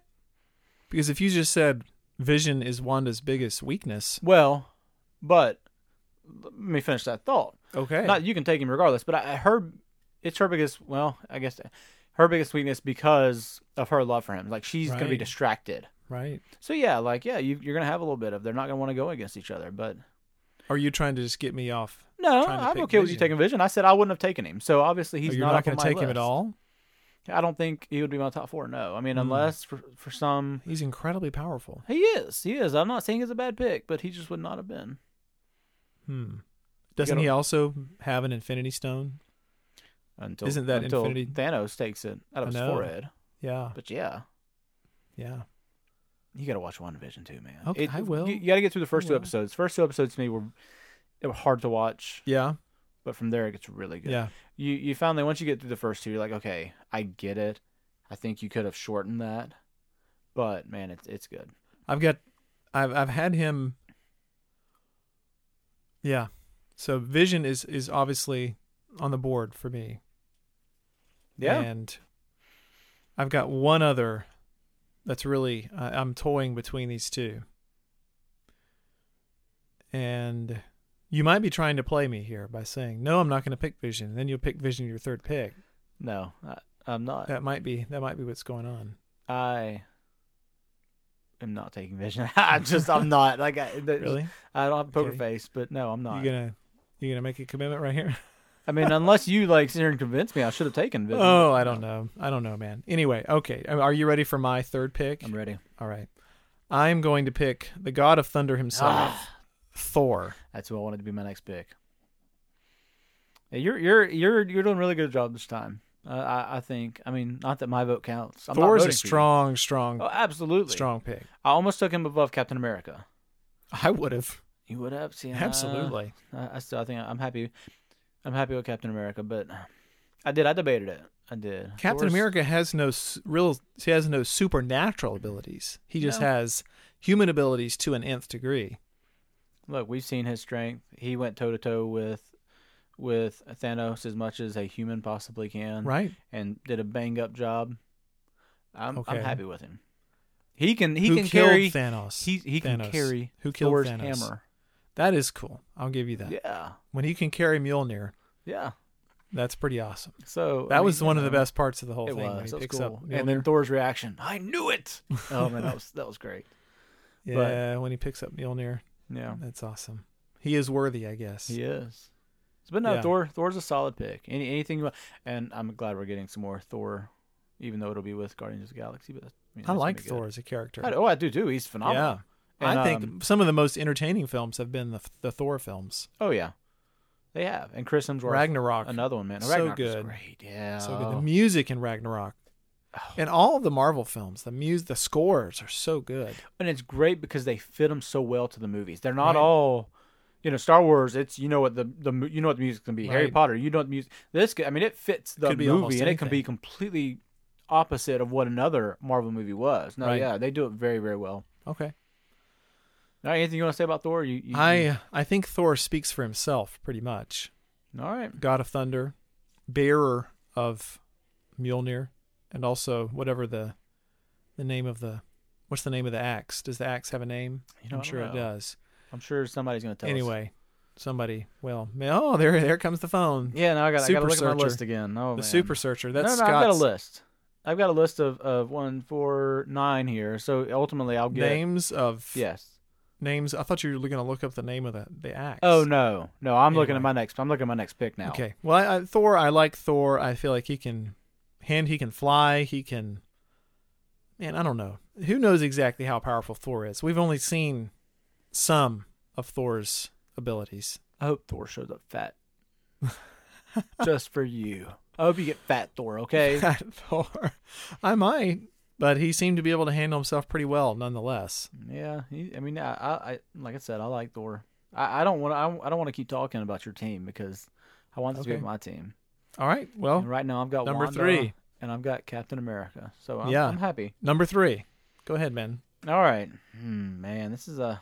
S1: because if you just said Vision is Wanda's biggest weakness,
S2: Well, but let me finish that thought.
S1: okay,
S2: Not you can take him regardless, but I, I heard it's her biggest. Well, I guess her biggest weakness because of her love for him. Like she's gonna be
S1: Right.
S2: distracted.
S1: right?
S2: So yeah, like yeah, you, you're gonna have a little bit of. They're not gonna want to go against each other, but.
S1: Are you trying to just get me off?
S2: No,
S1: Trying to
S2: I'm okay
S1: pick
S2: with you
S1: Vision.
S2: taking Vision. I said I wouldn't have taken him, so obviously he's
S1: Are you
S2: not, up on
S1: going to
S2: my
S1: take him at
S2: list.
S1: all.
S2: I don't think he would be my top four. No, I mean
S1: Mm.
S2: unless for, for some
S1: He's incredibly powerful.
S2: He is. He is. I'm not saying he's a bad pick, but he just would not have been.
S1: Hmm. Doesn't
S2: gotta-
S1: he also have an Infinity Stone?
S2: Until
S1: Isn't that
S2: until
S1: Infinity-
S2: Thanos takes it out of
S1: I
S2: his
S1: know.
S2: forehead.
S1: Yeah,
S2: But yeah,
S1: yeah.
S2: you got to watch One Division too, man.
S1: Okay, I will.
S2: You, got to get through the first two
S1: will.
S2: episodes. First two episodes to me were they were hard to watch,
S1: Yeah,
S2: but from there it gets really good.
S1: yeah.
S2: You you finally once you get through the first two, you're like, okay, I get it. I think you could have shortened that, but man, it's it's good.
S1: I've got, I've I've had him. Yeah, so Vision is is obviously on the board for me.
S2: Yeah.
S1: and I've got one other that's really I I'm toying between these two. And you might be trying to play me here by saying, "No, I'm not going to pick Vision." then you'll pick Vision your third pick.
S2: No, I, I'm not.
S1: That might be that might be what's going on.
S2: I am not taking Vision. I'm just. I'm not. Like I, the,
S1: Really?
S2: I don't have a poker
S1: Okay.
S2: face, but no, I'm
S1: You
S2: not.
S1: gonna you gonna make a commitment right here?
S2: I mean, unless you like sit here and convince me, I should have taken. Vision.
S1: Oh, I don't know. I don't know, man. Anyway, okay. Uh, Are you ready for my third pick?
S2: I'm ready.
S1: All right. I'm going to pick the God of Thunder himself,
S2: Ah,
S1: Thor.
S2: that's who I wanted to be my next pick. Yeah, You're you're you're you're doing a really good job this time. Uh, I I think. I mean, not that my vote counts. I'm not
S1: Thor is a
S2: voting for you.
S1: strong, strong,
S2: Oh, absolutely.
S1: strong pick.
S2: I almost took him above Captain America.
S1: I would have
S2: You would have seen. uh,
S1: absolutely.
S2: I, I still. I think I'm happy. I'm happy with Captain America, but I did. I debated it. I did.
S1: Captain
S2: Thor's-
S1: America has no s- real. He has no supernatural abilities. He just
S2: No.
S1: has human abilities to an nth degree.
S2: Look, we've seen his strength. He went toe to toe with with Thanos as much as a human possibly can,
S1: Right?
S2: and did a bang up job. I'm
S1: Okay.
S2: I'm happy with him. He can he
S1: Who
S2: can
S1: killed
S2: carry
S1: Thanos?
S2: he he can
S1: Thanos.
S2: carry
S1: Who killed
S2: Thor's
S1: Thanos?
S2: hammer.
S1: That is cool. I'll give you that.
S2: Yeah,
S1: When he can carry Mjolnir,
S2: yeah.
S1: that's pretty awesome.
S2: So
S1: That
S2: I
S1: was
S2: mean,
S1: one of the
S2: you know,
S1: best parts of the whole
S2: It
S1: thing. when
S2: was.
S1: he
S2: That was
S1: picks up
S2: cool. And then
S1: Mjolnir.
S2: Thor's reaction. I knew it. Oh man, that was that was great. but-
S1: yeah, when he picks up Mjolnir,
S2: Yeah,
S1: that's awesome. He is worthy, I guess.
S2: he is. But no,
S1: Yeah.
S2: Thor Thor's a solid pick. Any anything you want, and I'm glad we're getting some more Thor, even though it'll be with Guardians of the Galaxy. But that's,
S1: I
S2: mean, that's gonna
S1: like
S2: be good.
S1: Thor as a character.
S2: I, oh, I do too. He's phenomenal.
S1: yeah.
S2: And,
S1: I think
S2: um,
S1: some of the most entertaining films have been the the Thor films.
S2: Oh yeah, they have. And Chris Hemsworth,
S1: Ragnarok,
S2: another one, man.
S1: So
S2: Ragnarok is
S1: good.
S2: great. Yeah.
S1: so good. The music in Ragnarok,
S2: Oh.
S1: and all of the Marvel films, the mus the scores are so good.
S2: and it's great because they fit them so well to the movies. They're not
S1: Right.
S2: all, you know, Star Wars. It's you know what the the mu- you know what the music's gonna be. Harry
S1: Right.
S2: Potter. You know what the music. This could- I mean, it fits the
S1: Could be almost
S2: movie, and it can be
S1: anything.
S2: completely opposite of what another Marvel movie was. No,
S1: Right.
S2: yeah, they do it very, very well.
S1: Okay.
S2: All right, anything you want to say about Thor? You, you,
S1: I uh, I think Thor speaks for himself pretty much.
S2: you- all right.
S1: God of Thunder, bearer of Mjolnir, and also whatever the the name of the what's the name of the axe? Does the axe have a name?
S2: You know,
S1: I'm
S2: I don't
S1: sure it
S2: know.
S1: does.
S2: I'm sure somebody's going to tell us.
S1: anyway, somebody. Well, ma- oh, there there comes the phone.
S2: Yeah, now I got I got
S1: Super
S2: to look at my
S1: Searcher.
S2: list again. Oh,
S1: the
S2: man.
S1: super searcher. That's
S2: no, no, I've
S1: Scott's
S2: got a list. I've got a list of, of one, four, nine here. So ultimately, I'll get
S1: names of
S2: yes.
S1: names. I thought you were going to look up the name of the the axe.
S2: Oh no, no, I'm looking at
S1: Anyway.
S2: my next. I'm looking at my next pick now.
S1: Okay. Well, I, I, Thor. I like Thor. I feel like he can, hand. He can fly. He can. Man, I don't know. Who knows exactly how powerful Thor is? We've only seen some of Thor's abilities.
S2: I hope Thor shows up fat, just for you. I hope you get fat Thor. Okay.
S1: Thor, I might, but he seemed to be able to handle himself pretty well, nonetheless.
S2: yeah. He, I mean, I, I, I, like I said, I like Thor. I, I don't want to. I, I don't want to keep talking about your team because I want this to
S1: Okay.
S2: be my team.
S1: All right.
S2: and
S1: Well,
S2: right now, I've got
S1: number
S2: Wanda
S1: three.
S2: and I've got Captain America. So I'm,
S1: Yeah.
S2: I'm happy.
S1: Number three. Go ahead, man.
S2: All right, hmm, man, this is a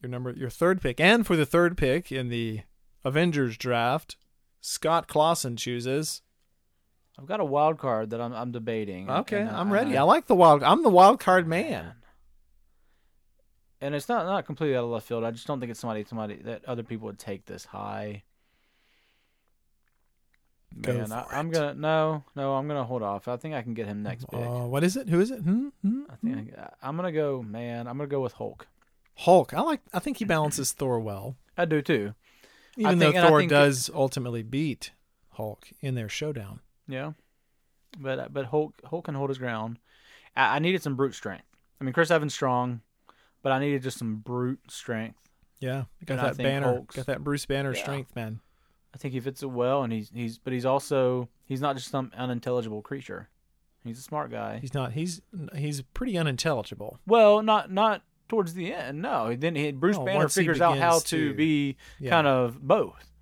S1: Your number, your third pick, and for the third pick in the Avengers draft, Scott Clausen chooses.
S2: I've got a wild card that I'm I'm debating. and-
S1: Okay,
S2: and, uh,
S1: I'm
S2: and
S1: ready. I like the wild. I'm the wild card man.
S2: And it's not not completely out of left field. I just don't think it's somebody somebody that other people would take this high.
S1: Go
S2: Man, I,
S1: for
S2: I'm
S1: it.
S2: gonna no no I'm gonna hold off. I think I can get him next pick.
S1: Uh, what is it? Who is it? Hmm? Hmm?
S2: I think I,
S1: Hmm?
S2: can- I'm gonna go man. I'm gonna go with Hulk.
S1: Hulk. I like. I think he balances Thor well,
S2: I do too.
S1: even
S2: think- and
S1: though
S2: I
S1: Thor
S2: think-
S1: does ultimately beat Hulk in their showdown.
S2: Yeah, but but Hulk Hulk can hold his ground. I, I needed some brute strength. I mean, Chris Evans strong, but I needed just some brute strength.
S1: Yeah, got
S2: And I
S1: that
S2: think
S1: banner.
S2: Hulk's-
S1: Got that Bruce Banner
S2: Yeah.
S1: strength, man.
S2: I think he fits it well, and he's he's but he's also he's not just some unintelligible creature. He's a smart guy.
S1: He's not. He's he's pretty unintelligible.
S2: Well, not not towards the end. No, then he, Bruce
S1: No,
S2: Banner
S1: Oh, once he
S2: figures out how
S1: begins
S2: to
S1: to-
S2: be
S1: Yeah.
S2: kind of both.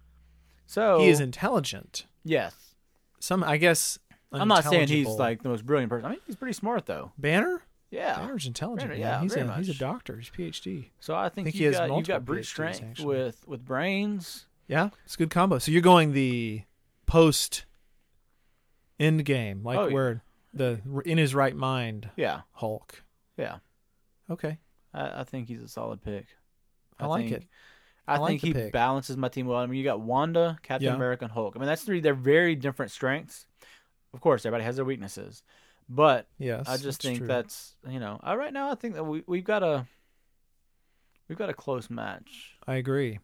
S2: So
S1: He is intelligent.
S2: Yes,
S1: Some. I guess.
S2: I'm not saying he's
S1: unintelligible.
S2: like the most brilliant person. I mean, he's pretty smart though.
S1: Banner.
S2: Yeah.
S1: Banner's intelligent.
S2: Banner,
S1: man.
S2: yeah,
S1: he's
S2: very
S1: a he's a
S2: much.
S1: doctor. He's PhD.
S2: So I think,
S1: Think he
S2: you've,
S1: has
S2: got, you've
S1: multiple
S2: got brute
S1: PhDs,
S2: strength
S1: actually.
S2: with with brains.
S1: Yeah, it's a good combo. So you're going the post end game, like
S2: Oh, yeah.
S1: where the in his right mind
S2: Yeah,
S1: Hulk.
S2: yeah.
S1: Okay,
S2: I, I think he's a solid pick.
S1: I, like
S2: think-
S1: it.
S2: I,
S1: I like
S2: think
S1: the
S2: he
S1: pick.
S2: balances my team well. I mean, you got Wanda, Captain
S1: Yeah.
S2: America, and Hulk. I mean, that's three. They're very different strengths. Of course, everybody has their weaknesses, but
S1: Yes,
S2: I just
S1: that's
S2: think
S1: true.
S2: that's you know. I, right now, I think that we we've got a we've got a close match.
S1: I agree.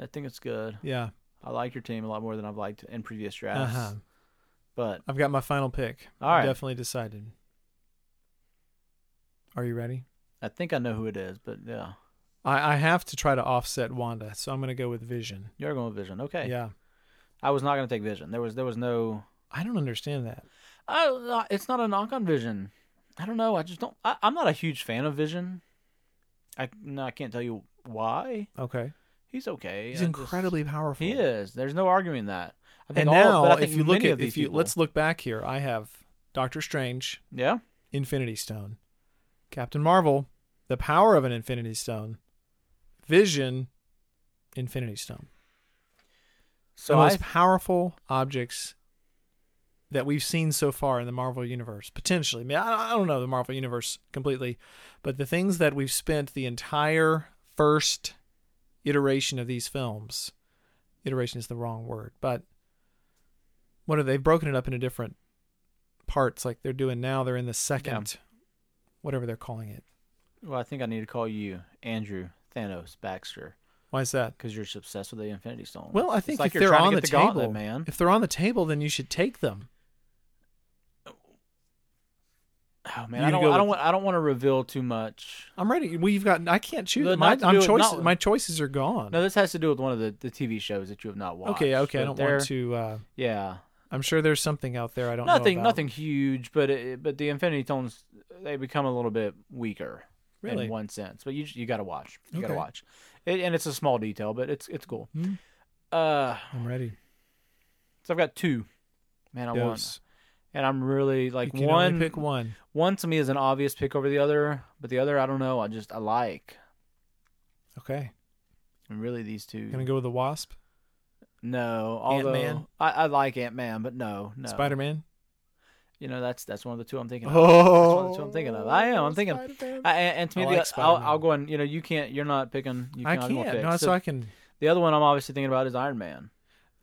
S2: I think it's good.
S1: Yeah,
S2: I like your team a lot more than I've liked in previous drafts.
S1: uh-huh.
S2: But
S1: I've got my final pick.
S2: All right.
S1: definitely decided. Are you ready?
S2: I think I know who it is. But yeah,
S1: I, I have to try to offset Wanda, so I'm going to go with Vision.
S2: you're going with Vision. Okay.
S1: Yeah,
S2: I was not going to take Vision. There was there was no
S1: I don't understand that.
S2: I, it's not a knock on Vision. I don't know. I just don't. I, I'm not a huge fan of Vision. I no, I can't tell you why.
S1: Okay,
S2: He's okay.
S1: he's
S2: I just-
S1: incredibly powerful.
S2: he is. There's no arguing that. I think
S1: And
S2: all, but
S1: now,
S2: I think
S1: if you look
S2: many of
S1: at
S2: these
S1: if you
S2: people-
S1: let's look back here, I have Doctor Strange.
S2: yeah,
S1: Infinity Stone. Captain Marvel, the power of an Infinity Stone. Vision, Infinity Stone.
S2: so
S1: the
S2: I,
S1: most powerful objects that we've seen so far in the Marvel Universe, potentially. I, mean, I, I don't know the Marvel Universe completely, but the things that we've spent the entire first iteration of these films iteration is the wrong word, but what are they? have broken it up into different parts like they're doing now. They're in the second, whatever they're calling it.
S2: well, I think I need to call you Andrew Thanos Baxter
S1: Why is that?
S2: because you're just obsessed with the Infinity Stone.
S1: Well, I
S2: It's
S1: think
S2: like
S1: if
S2: you're
S1: they're
S2: trying to
S1: on the,
S2: get the
S1: table,
S2: gauntlet, man.
S1: if they're on the table, then you should take them.
S2: Oh
S1: you
S2: man, I
S1: to
S2: don't,
S1: go
S2: I don't
S1: with-
S2: want. I don't want to reveal too much.
S1: I'm ready. We've got. I can't choose.
S2: But
S1: my
S2: not to
S1: I'm
S2: do it-
S1: choices.
S2: not-
S1: my choices are gone.
S2: No, this has to do with one of the, the TV shows that you have not watched.
S1: okay, okay. I don't
S2: but they're-
S1: want to. Uh,
S2: Yeah,
S1: I'm sure there's something out there I don't
S2: nothing
S1: know. about.
S2: nothing huge but it, but the infinity tones they become a little bit weaker
S1: Really?
S2: in one sense but you you got to watch you got to
S1: Okay.
S2: watch it, and it's a small detail but it's it's cool
S1: Hmm.
S2: uh
S1: I'm ready.
S2: so i've got two man i want
S1: Dose.
S2: and I'm really like
S1: you can
S2: one
S1: only pick one.
S2: one to me is an obvious pick over the other, but the other I don't know. I just I like.
S1: Okay.
S2: And really these 2
S1: Gonna go with the Wasp,
S2: no, although
S1: Ant-Man?
S2: I, I like Ant Man, but no, no.
S1: Spider Man.
S2: You know that's that's one of the two I'm thinking. of.
S1: Oh,
S2: two I'm thinking of. I am, I'm thinking ah, of-
S1: Spider-Man.
S2: I, and and to me,
S1: I
S2: the,
S1: like
S2: I'll,
S1: Spider-Man.
S2: I'll go and you know you can't. You're not picking. You
S1: I
S2: I'm gonna
S1: can't.
S2: Pick.
S1: No,
S2: so
S1: so I can.
S2: the other one I'm obviously thinking about is Iron Man,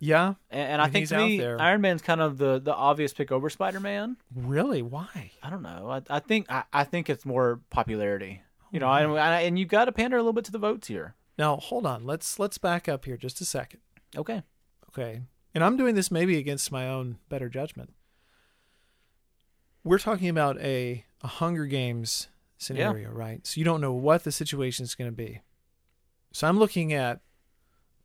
S1: Yeah.
S2: and, and I
S1: And
S2: think
S1: he's
S2: to
S1: out
S2: me,
S1: there.
S2: Iron Man's kind of the the obvious pick over Spider Man.
S1: Really? Why?
S2: I don't know. I, I think I, I think it's more popularity. You know, and, and you've got to pander a little bit to the votes here.
S1: Now hold on. Let's let's back up here just a second.
S2: Okay.
S1: Okay. And I'm doing this maybe against my own better judgment. We're talking about a, a Hunger Games scenario, right? So you don't know what the situation is going to be. So I'm looking at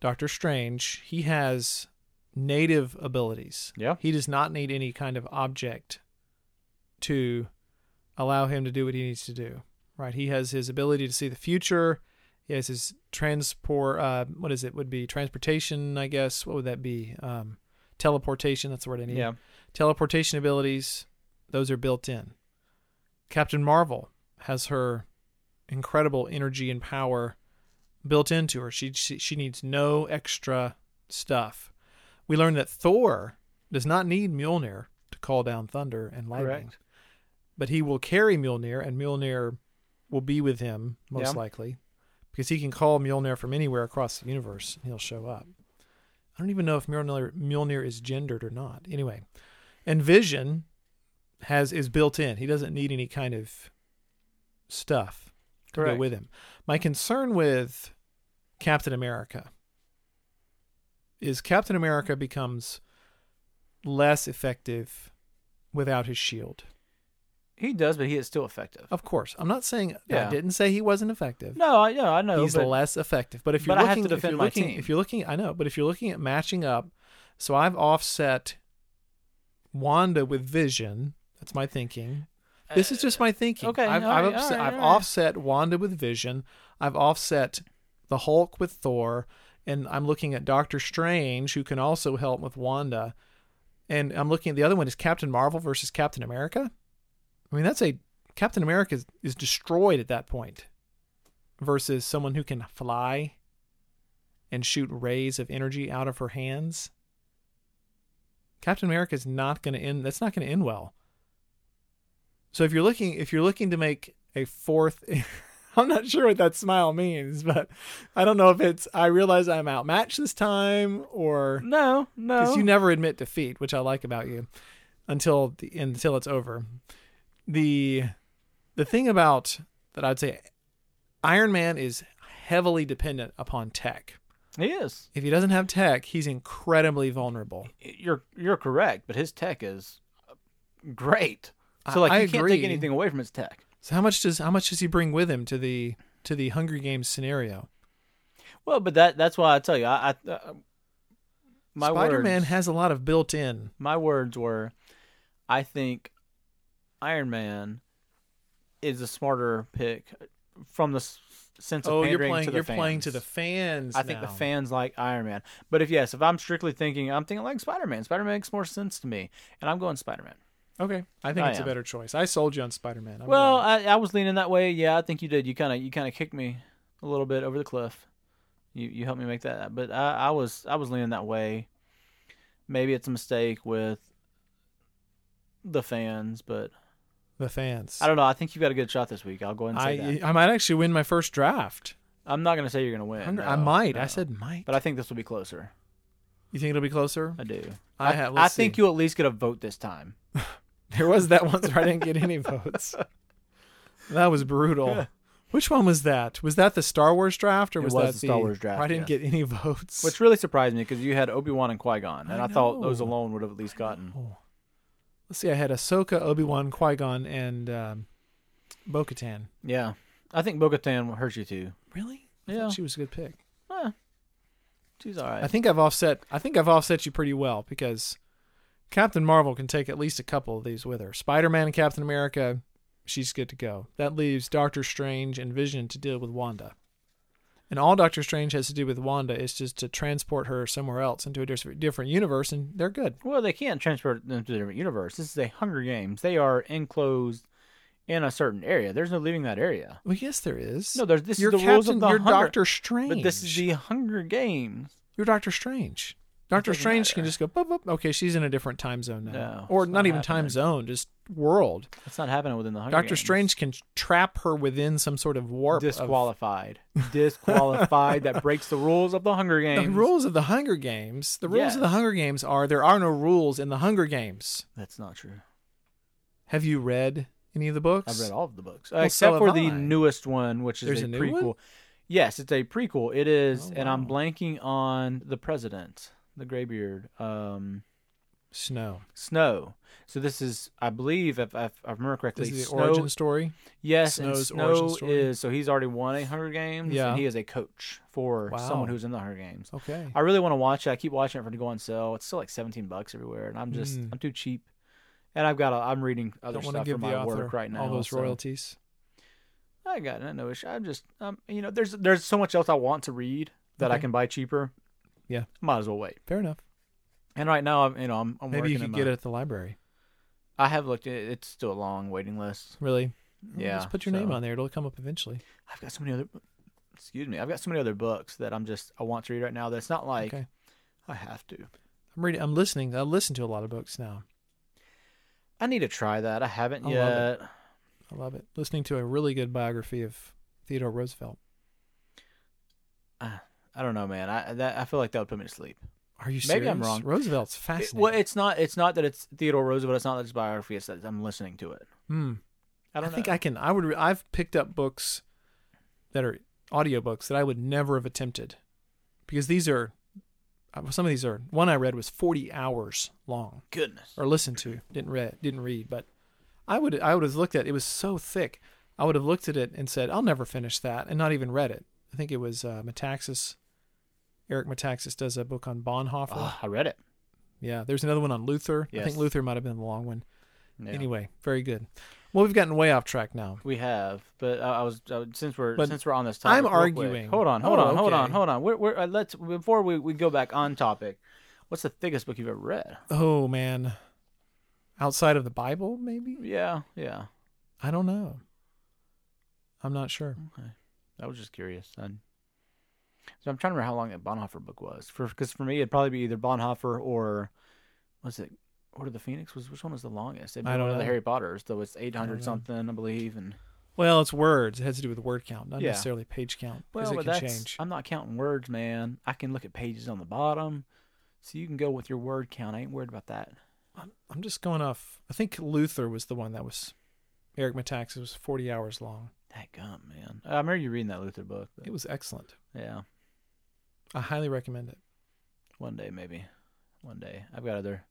S1: Doctor Strange. He has native abilities.
S2: Yeah.
S1: He does not need any kind of object to allow him to do what he needs to do, right? He has his ability to see the future. He has his transport. Uh, what is it? Would be transportation, I guess. What would that be? Um, teleportation. That's the word I need.
S2: Yeah.
S1: Teleportation abilities. Those are built in. Captain Marvel has her incredible energy and power built into her. She she, she needs no extra stuff. We learned that Thor does not need Mjolnir to call down thunder and lightning
S2: Correct.
S1: but he will carry Mjolnir, and Mjolnir will be with him most
S2: Yeah.
S1: likely, because he can call Mjolnir from anywhere across the universe, and he'll show up. I don't even know if Mjolnir, Mjolnir is gendered or not. Anyway, and Vision has is built in. He doesn't need any kind of stuff to go
S2: Correct.
S1: with him. My concern with Captain America is Captain America becomes less effective without his shield.
S2: He does, but he is still effective.
S1: Of course, I'm not saying
S2: Yeah.
S1: I didn't say he wasn't effective.
S2: No, I, yeah, I know.
S1: He's
S2: but
S1: less effective. But if you're
S2: but I have
S1: looking,
S2: to
S1: if you're
S2: defend my
S1: looking,
S2: team.
S1: if you're looking, I know. But if you're looking at matching up, so I've offset Wanda with Vision. That's my thinking.
S2: uh,
S1: This is just my thinking.
S2: okay,
S1: I've,
S2: all
S1: I've,
S2: right, all
S1: offset-
S2: right,
S1: I've
S2: all right.
S1: offset Wanda with Vision. I've offset the Hulk with Thor, and I'm looking at Doctor Strange, who can also help with Wanda. And I'm looking at the other one is Captain Marvel versus Captain America. I mean, that's a Captain America is, is destroyed at that point, versus someone who can fly and shoot rays of energy out of her hands. Captain America is not going to end. That's not going to end well. So if you're looking, if you're looking to make a fourth, I'm not sure what that smile means, but I don't know if it's I realize I'm outmatched this time or
S2: no, no.
S1: because you never admit defeat, which I like about you, until the, until it's over. the The thing about that I'd say, Iron Man is heavily dependent upon tech.
S2: he is.
S1: If he doesn't have tech, he's incredibly vulnerable.
S2: You're you're correct, but his tech is uh, great.
S1: I-
S2: So like
S1: I
S2: you can't take
S1: agree.
S2: anything away from his tech.
S1: So how much does how much does he bring with him to the to the Hunger Games scenario?
S2: Well, but that that's why I tell you, I, I uh, my
S1: Spider-Man
S2: words,
S1: has a lot of built-in.
S2: my words were, I think Iron Man is a smarter pick from the s- sense of
S1: Oh, you're
S2: pandering
S1: playing
S2: to the
S1: you're
S2: fans.
S1: playing to the fans.
S2: I think the
S1: now.
S2: fans like Iron Man, but if yes, if I'm strictly thinking, I'm thinking like Spider Man. Spider Man makes more sense to me, and I'm going Spider Man.
S1: Okay, I think
S2: I
S1: it's
S2: am.
S1: a better choice. I sold you on Spider-Man. I'm
S2: Well,
S1: glad.
S2: I, I was leaning that way. Yeah, I think you did. You kind of you kind of kicked me a little bit over the cliff. You you helped me make that, but I, I was I was leaning that way. Maybe it's a mistake with the fans, but
S1: the fans.
S2: I don't know. I think you got a good shot this week. I'll go ahead and say
S1: I uh,
S2: that.
S1: I might actually win my first draft.
S2: I'm not gonna say you're gonna win.
S1: Hunger- I
S2: no,
S1: might. I
S2: no.
S1: said might.
S2: but I think this will be closer.
S1: you think it'll be closer?
S2: I do.
S1: I have-
S2: I
S1: let's
S2: think
S1: see.
S2: you will at least get a vote this time.
S1: There was that once where I didn't get any votes. That was brutal. Which one was that? Was that the Star Wars draft, or
S2: It
S1: was,
S2: was
S1: that
S2: the Star Wars draft,
S1: where I didn't
S2: yes.
S1: get any votes.
S2: Which really surprised me because you had Obi Wan and Qui Gon, and
S1: I
S2: I, thought
S1: know.
S2: those alone would have at least gotten.
S1: Oh. Let's see. I had Ahsoka, Obi Wan, Qui Gon, and um, Bo Katan.
S2: Yeah, I think Bo-Katan hurt you too.
S1: Really? I
S2: Yeah.
S1: thought she was a good pick.
S2: Eh, she's all right.
S1: I think I've offset. I think I've offset you pretty well because Captain Marvel can take at least a couple of these with her. Spider Man and Captain America, she's good to go. That leaves Doctor Strange and Vision to deal with Wanda. And all Doctor Strange has to do with Wanda is just to transport her somewhere else into a dis- different universe, and they're good.
S2: Well, they can't transport them to a different universe. This is a Hunger Games. They are enclosed in a certain area. There's no leaving that area.
S1: Well, yes, there is.
S2: No, there's this
S1: you're
S2: is the
S1: Captain,
S2: rules of the
S1: you're
S2: Hunger.
S1: Doctor Strange.
S2: But this is the Hunger Games.
S1: you're Doctor Strange. Doctor
S2: doesn't
S1: Strange can
S2: matter.
S1: just go, boop, boop. okay, she's in a different time zone now,
S2: No,
S1: or
S2: it's
S1: not,
S2: not
S1: even time
S2: happening.
S1: zone, just world.
S2: That's not happening within the Hunger
S1: Doctor
S2: Games.
S1: Strange can trap her within some sort of warp. of-
S2: disqualified. disqualified. That breaks the rules of the Hunger Games.
S1: the rules of the Hunger Games. The rules of the
S2: Yes.
S1: Hunger Games are there are no rules in the Hunger Games.
S2: That's not true.
S1: Have you read any of the books?
S2: I've read all of the books
S1: Well,
S2: except
S1: so
S2: for
S1: have
S2: the
S1: I.
S2: newest one, which is
S1: There's
S2: a,
S1: a new
S2: prequel.
S1: one?
S2: Yes, it's a prequel. It is,
S1: Oh,
S2: and I'm
S1: wow.
S2: blanking on the president, the graybeard, um,
S1: Snow.
S2: Snow. So this is, I believe, if, if I remember
S1: This
S2: correctly,
S1: is the
S2: Snow.
S1: origin story.
S2: yes, and
S1: Snow's
S2: Snow
S1: origin story.
S2: is. So he's already won a Hunger Games.
S1: Yeah.
S2: and he is a coach for
S1: Wow.
S2: someone who's in the Hunger Games.
S1: Okay.
S2: I really want to watch it. I keep watching it for it to go on sale. It's still like seventeen bucks everywhere, and I'm just
S1: Mm.
S2: I'm too cheap. And I've got a, I'm reading
S1: I
S2: other
S1: don't want to
S2: stuff for
S1: give the
S2: my
S1: author
S2: work right now.
S1: all those
S2: so-
S1: royalties.
S2: I got it. No issue. I'm just um you know there's there's so much else I want to read that I
S1: Okay.
S2: can buy cheaper.
S1: Yeah.
S2: might as well wait.
S1: Fair enough.
S2: And right now I'm you know I'm, I'm
S1: Maybe you
S2: working in
S1: could get
S2: my-
S1: it at the library.
S2: I have looked at it. It's still a long waiting list.
S1: Really?
S2: Yeah,
S1: Mm, Just put your name
S2: so-
S1: on there. It'll come up eventually.
S2: I've got so many other excuse me. I've got so many other books that I'm just I want to read right now. That's not like
S1: okay.
S2: I have to.
S1: I'm reading. I'm listening. I listen to a lot of books now.
S2: I need to try that. I haven't
S1: I love
S2: yet.
S1: I love it. Listening to a really good biography of Theodore Roosevelt.
S2: I don't know, man. I that I feel like that would put me to sleep.
S1: Are you serious?
S2: Maybe I'm wrong.
S1: Roosevelt's
S2: It-
S1: fascinating.
S2: well, it's not. It's not that it's Theodore Roosevelt. It's not that it's biography. It's that I'm listening to it.
S1: Hmm.
S2: I
S1: I,
S2: don't
S1: think
S2: know.
S1: I can. I would. re- I've picked up books that are audiobooks that I would never have attempted because these are uh, some of these are. One I read was forty hours long
S2: Goodness.
S1: or listened to. Didn't read. Didn't read. But I would. I would have looked at. It was so thick. I would have looked at it and said, "I'll never finish that," and not even read it. I think it was uh, Metaxas. Eric Metaxas does a book on Bonhoeffer.
S2: Ah, I read it.
S1: Yeah, there's another one on Luther. I
S2: Yes.
S1: think Luther might have been the long one.
S2: Yeah.
S1: Anyway, very good. Well, we've gotten way off track now.
S2: we have. But I, I was uh, since we're
S1: But
S2: since we're on this topic.
S1: I'm
S2: real quick.
S1: arguing.
S2: Hold on. Hold
S1: Oh,
S2: on. Hold on.
S1: okay.
S2: Hold on. We're, we're uh, let's before we, we go back on topic. What's the thickest book you've ever read?
S1: Oh man. Outside of the Bible, maybe?
S2: Yeah. Yeah.
S1: I don't know. I'm not sure.
S2: Okay. I was just curious. i so I'm trying to remember how long that Bonhoeffer book was. For because for me it'd probably be either Bonhoeffer or was it Order of the Phoenix? Was which one was the longest? It'd be
S1: I don't
S2: one of the
S1: know.
S2: Harry Potters, though it's eight
S1: know.
S2: hundred something, I believe. And
S1: Well, it's words. It has to do with word count, not
S2: Yeah.
S1: necessarily page count, because
S2: well, but
S1: it can
S2: that's
S1: change.
S2: I'm not counting words, man. I can look at pages on the bottom, so you can go with your word count. I ain't worried about that.
S1: I'm, I'm just going off. I think Luther was the one that was Eric Metaxas was 40 hours long.
S2: That gum, man. I remember you reading that Luther book. but-
S1: It was excellent.
S2: yeah,
S1: I highly recommend it.
S2: one day maybe, one day. I've got other.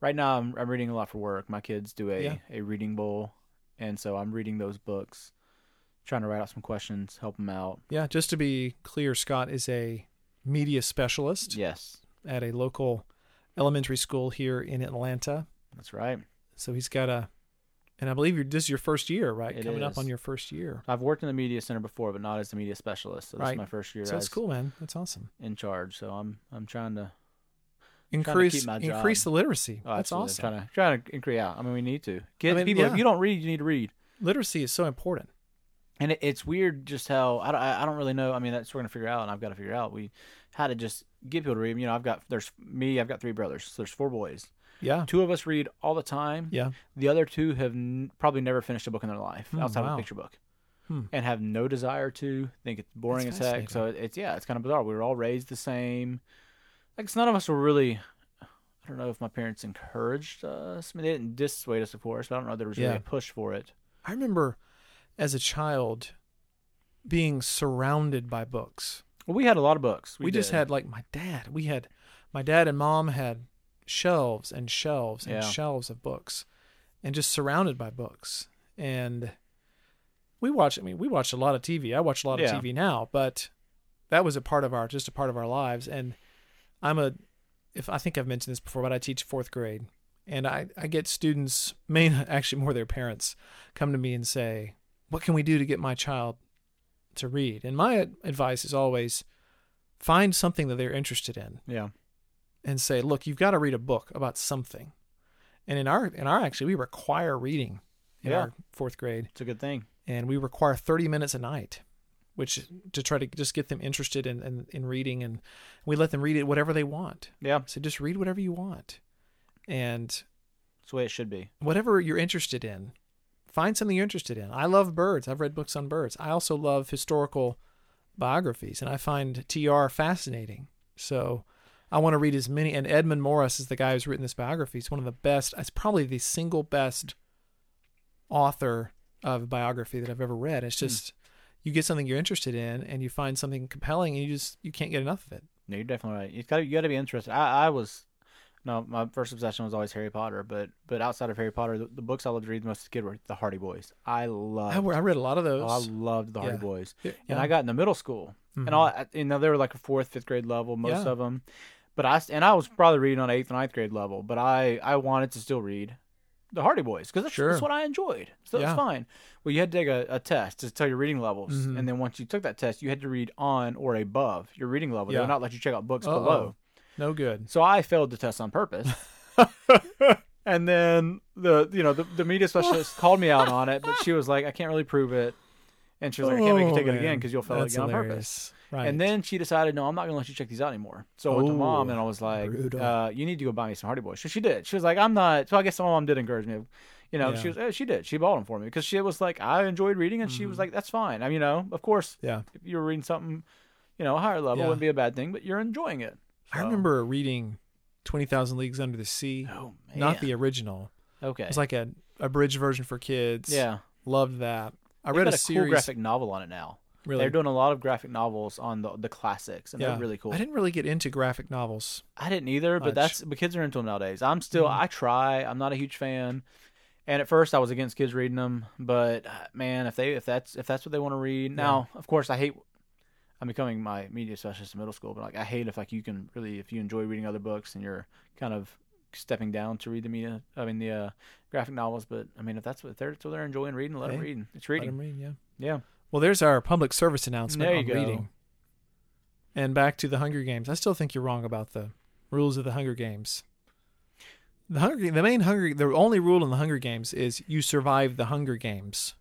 S2: Right now, I'm I'm reading a lot for work. My kids do a
S1: Yeah.
S2: a reading bowl, and so I'm reading those books, trying to write out some questions, help them out.
S1: Yeah, just to be clear, Scott is a media specialist
S2: Yes,
S1: at a local elementary school here in Atlanta.
S2: that's right.
S1: So he's got a, and I believe you're, this is your first year, right?
S2: It
S1: Coming up
S2: is.
S1: on your first year.
S2: I've worked in the media center before, but not as a media specialist. So this
S1: Right.
S2: is my first year
S1: So that's
S2: as
S1: cool, man. That's awesome.
S2: in charge. So I'm I'm trying to keep
S1: Increase
S2: my job.
S1: increase the literacy.
S2: Oh,
S1: that's
S2: absolutely.
S1: awesome.
S2: Trying to trying to create. out. I mean, we need to get
S1: mean,
S2: people.
S1: yeah.
S2: If you don't read, you need to read.
S1: Literacy is so important.
S2: And it, it's weird just how I, don't- I, I don't really know. I mean, that's we're gonna figure out, and I've got to figure out we how to just get people to read. You know, I've got there's me. I've got three brothers. So there's four boys.
S1: Yeah.
S2: Two of us read all the time.
S1: Yeah.
S2: The other two have n- probably never finished a book in their life
S1: Hmm,
S2: outside of
S1: wow.
S2: a picture book,
S1: Hmm.
S2: and have no desire to. Think it's boring
S1: That's
S2: as heck. So it's yeah, it's kind of bizarre. We were all raised the same. Like it's none of us were really. I don't know if my parents encouraged us. I mean, they didn't dissuade us, of course, but I don't know if there was really
S1: Yeah.
S2: a push for it.
S1: I remember as a child being surrounded by books.
S2: Well, we had a lot of books.
S1: We,
S2: We,
S1: just
S2: did.
S1: had like my dad. We had my dad and mom had shelves and shelves and
S2: Yeah.
S1: shelves of books and just surrounded by books. And we watched I mean, we watched a lot of TV. I watch a lot of
S2: Yeah.
S1: TV now, but that was a part of our just a part of our lives. And I'm a if I think I've mentioned this before, but I teach fourth grade and I, I get students, main actually more their parents, come to me and say, What can we do to get my child to read. And my ad- advice is always find something that they're interested in
S2: Yeah.
S1: and say, look, you've got to read a book about something. And in our in our actually we require reading in
S2: Yeah.
S1: our fourth grade,
S2: It's a good thing.
S1: and we require thirty minutes a night, which to try to just get them interested in in, in reading, and we let them read it whatever they want.
S2: Yeah.
S1: So just read whatever you want, and
S2: It's the way it should be.
S1: whatever you're interested in, find something you're interested in. I love birds. I've read books on birds. I also love historical biographies, and I find TR fascinating. So I want to read as many. And Edmund Morris is the guy who's written this biography. He's one of the best. It's probably the single best author of biography that I've ever read.
S2: Hmm.
S1: It's just you get something you're interested in, and you find something compelling, and you just you can't get enough of it.
S2: No, you're definitely right. You got to you got to be interested. I I was no, my first obsession was always Harry Potter, but but outside of Harry Potter, the, the books I loved to read the most as a kid were the Hardy Boys. I
S1: I, I
S2: loved
S1: read a lot of
S2: oh, I
S1: those.
S2: loved the Hardy
S1: Yeah.
S2: Boys,
S1: Yeah.
S2: and I got into middle school,
S1: Mhm.
S2: and all I- you know they were like a fourth, fifth grade level, most
S1: Yeah.
S2: of them. But I s- and I was probably reading on eighth and ninth grade level, but I I wanted to still read the Hardy Boys because that's,
S1: Sure.
S2: that's what I enjoyed, so it was
S1: Yeah.
S2: fine. Well, you had to take a, a test to tell your reading levels,
S1: Mhm.
S2: and then once you took that test, you had to read on or above your reading level. They
S1: Yeah.
S2: would not let you check out books
S1: Uh-oh.
S2: below.
S1: no good.
S2: So I failed the test on purpose. and then the you know the, the media specialist called me out on it, but she was like, I can't really prove it. And she was like, I can't make you
S1: Oh,
S2: take it
S1: man.
S2: again because you'll fail
S1: That's
S2: it again on purpose.
S1: hilarious. Right.
S2: And then she decided, no, I'm not gonna let you check these out anymore. So I went to
S1: Oh,
S2: mom and I was like,
S1: brutal.
S2: uh, you need to go buy me some Hardy Boys. So she did. She was like, I'm not. So I guess my mom did encourage me. You know, she
S1: Yeah.
S2: was. eh, She did. She bought them for me because she was like, I enjoyed reading, and she was
S1: Mm-hmm.
S2: like, that's fine. I mean, you know, of course,
S1: yeah.
S2: if you were reading something, you know, higher level
S1: Yeah.
S2: wouldn't be a bad thing, but you're enjoying it.
S1: I
S2: So-
S1: remember reading Twenty Thousand Leagues Under the Sea,
S2: Oh man.
S1: not the original.
S2: okay.
S1: It was like a abridged version for kids.
S2: Yeah,
S1: loved that. I
S2: They've
S1: read
S2: got
S1: a, series.
S2: cool graphic novel on it now.
S1: Really,
S2: They're doing a lot of graphic novels on the the classics, and
S1: yeah,
S2: they're really cool.
S1: I didn't really get into graphic novels.
S2: I didn't either, but
S1: much. Mm-hmm.
S2: that's but kids are into them nowadays. I'm still I try. I'm not a huge fan, and at first I was against kids reading them, but uh, man, if they if that's if that's what they want to read now, of course I hate. I'm becoming my media specialist in middle school, but like I hate if like you can really if you enjoy reading other books and you're kind of stepping down to read the media. I mean the uh, graphic novels, but I mean if that's what if they're, so they're enjoying reading, let them
S1: Hey,
S2: read. It's
S1: Let
S2: reading.
S1: 'em read, yeah.
S2: Yeah.
S1: Well, there's our public service announcement
S2: There you
S1: on
S2: go.
S1: reading. And back to the Hunger Games. I still think you're wrong about the rules of the Hunger Games. The Hunger, the main Hunger, the only rule in the Hunger Games is you survive the Hunger Games.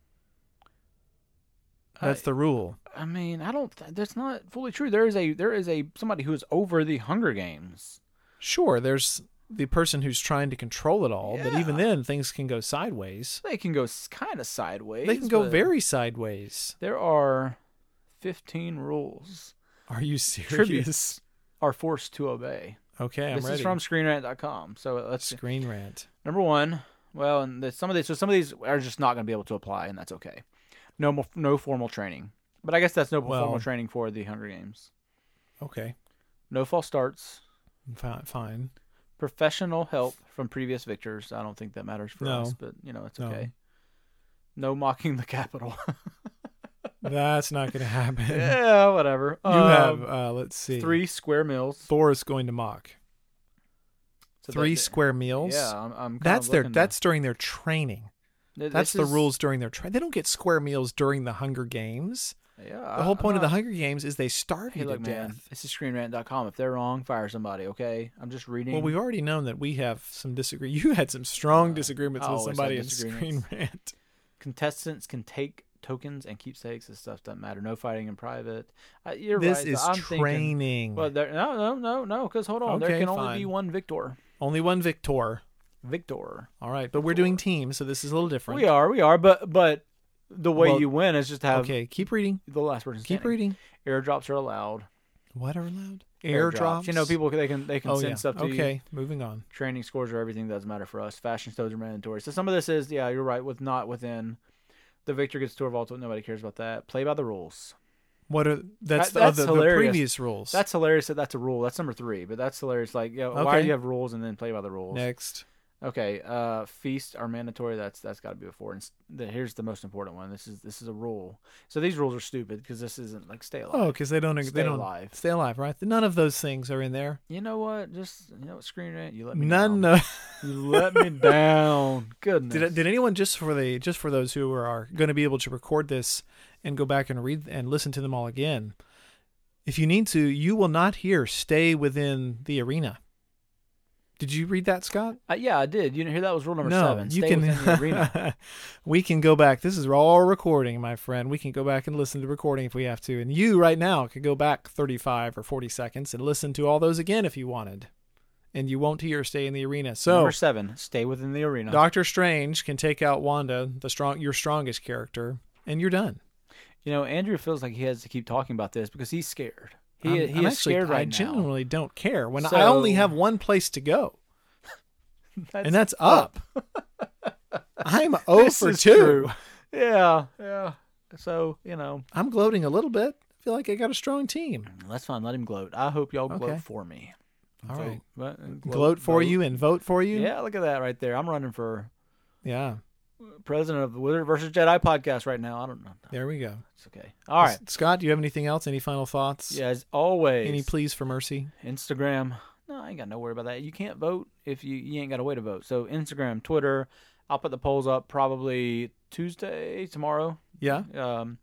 S2: I-
S1: That's the rule.
S2: I mean, I don't. Th- that's not fully true. There is a there is a somebody who is over the Hunger Games.
S1: Sure, there's the person who's trying to control it all, but even
S2: Yeah.
S1: then things can go sideways.
S2: They can go kind of sideways.
S1: They can go
S2: but
S1: very sideways.
S2: There are fifteen rules
S1: Are you serious?
S2: Tributes. are forced to obey.
S1: Okay, I'm
S2: this
S1: ready.
S2: is from ScreenRant.com. So let's
S1: Screen Rant.
S2: number one. Well, and there's some of these. So some of these are just not going to be able to apply, and that's okay. No more, no formal training. But I guess that's no formal
S1: Well-
S2: training for the Hunger Games.
S1: Okay,
S2: No false starts.
S1: fi- fine.
S2: professional help from previous victors. I don't think that matters for
S1: No.
S2: us, but you know, it's
S1: No.
S2: okay. No mocking the capital.
S1: That's not going to happen.
S2: yeah, whatever.
S1: You
S2: Um,
S1: have, uh, let's see.
S2: three square meals.
S1: Thor is going to mock.
S2: So
S1: Three
S2: that-
S1: square meals.
S2: Yeah, I'm. I'm kind
S1: That's
S2: of
S1: their.
S2: looking to-
S1: That's during their training.
S2: th-
S1: That's
S2: this
S1: the
S2: is-
S1: rules during their training. They don't get square meals during the Hunger Games.
S2: Yeah,
S1: The whole point of the Hunger Games is they starve
S2: Uh, Hey,
S1: you to
S2: look, man.
S1: death.
S2: This is ScreenRant.com. If they're wrong, fire somebody. Okay, I'm just reading.
S1: Well, we've already known that we have some disagree. You had some strong
S2: Mm-hmm. Uh,
S1: disagreements
S2: I
S1: with
S2: always have
S1: somebody in Screen
S2: disagreements.
S1: Rant.
S2: contestants can take tokens and keepsakes. This stuff doesn't matter. No fighting in private. Uh, you're
S1: This
S2: right.
S1: is
S2: I'm Thinking,
S1: training.
S2: well, there, no, no, no, no. Because hold on, there
S1: Okay,
S2: can only be
S1: fine.
S2: one victor.
S1: Only one victor.
S2: Victor.
S1: All right, but we're doing teams, so this is a little different.
S2: We are, we are, but but the way
S1: Well,
S2: you win is just to have
S1: Okay, keep reading.
S2: the last person.
S1: Keep
S2: standing.
S1: reading.
S2: Airdrops are allowed.
S1: What are allowed? Airdrops.
S2: You know, people they can they can
S1: Oh
S2: send
S1: yeah.
S2: stuff to you.
S1: Okay, moving on.
S2: Training scores are everything that doesn't matter for us. Fashion stones are mandatory. So some of this is yeah, you're right. With not within, the victor gets tour vault. Nobody cares about that. Play by the rules.
S1: What are that's
S2: That-
S1: the
S2: that's
S1: other the
S2: hilarious.
S1: previous rules.
S2: That's hilarious that that's a rule. That's number three, but that's hilarious. Like, yeah, why
S1: Okay.
S2: do you have rules and then play by the rules?
S1: next.
S2: Okay, uh, feasts are mandatory. That's that's got to be before. And s- the, here's the most important one. This is this is a rule. So these rules are stupid because this isn't like stay alive.
S1: Oh, because they don't.
S2: Stay
S1: they don't
S2: alive.
S1: stay alive, right? None of those things are in there.
S2: You know what? Just you know, what, screen rant. You let me
S1: None.
S2: Down.
S1: Of,
S2: you let me down. Goodness.
S1: did did anyone just for the just for those who are, are going to be able to record this and go back and read and listen to them all again. If you need to, you will not hear "Stay within the arena." Did you read that, Scott?
S2: Uh, yeah, I did. You didn't hear that was rule number seven.
S1: you
S2: Stay
S1: can.
S2: within the arena.
S1: we can go back. This is all recording, my friend. We can go back and listen to the recording if we have to. And you right now could go back 35 or 40 seconds and listen to all those again if you wanted. And you won't hear stay in the arena. So
S2: number seven, stay within the arena.
S1: Doctor Strange can take out Wanda, the strong your strongest character, and you're done.
S2: you know, Andrew feels like he has to keep talking about this because he's scared. He,
S1: I'm-
S2: he
S1: I'm
S2: is
S1: actually-
S2: scared
S1: I
S2: right now.
S1: genuinely don't care when I
S2: So-
S1: only have one place to go,
S2: That's,
S1: and that's up. I'm 0
S2: this
S1: for
S2: is
S1: 2.
S2: true. Yeah, yeah. So you know,
S1: I'm gloating a little bit. I feel like I got a strong team.
S2: that's fine. Let him gloat. I hope y'all gloat
S1: Okay.
S2: for me.
S1: All
S2: Vote.
S1: right.
S2: What?
S1: Gloat, for
S2: vote.
S1: you and vote for you.
S2: Yeah, look at that right there. I'm running for
S1: Yeah,
S2: president of the Wizard versus Jedi podcast right now. I don't know.
S1: There we go.
S2: It's okay. All right.
S1: S- Scott, do you have anything else? Any final thoughts?
S2: Yeah, as always.
S1: Any pleas for mercy?
S2: Instagram. No, I ain't got no worry about that. You can't vote if you you ain't got a way to vote. So Instagram, Twitter. I'll put the polls up probably Tuesday tomorrow.
S1: Yeah.
S2: Um,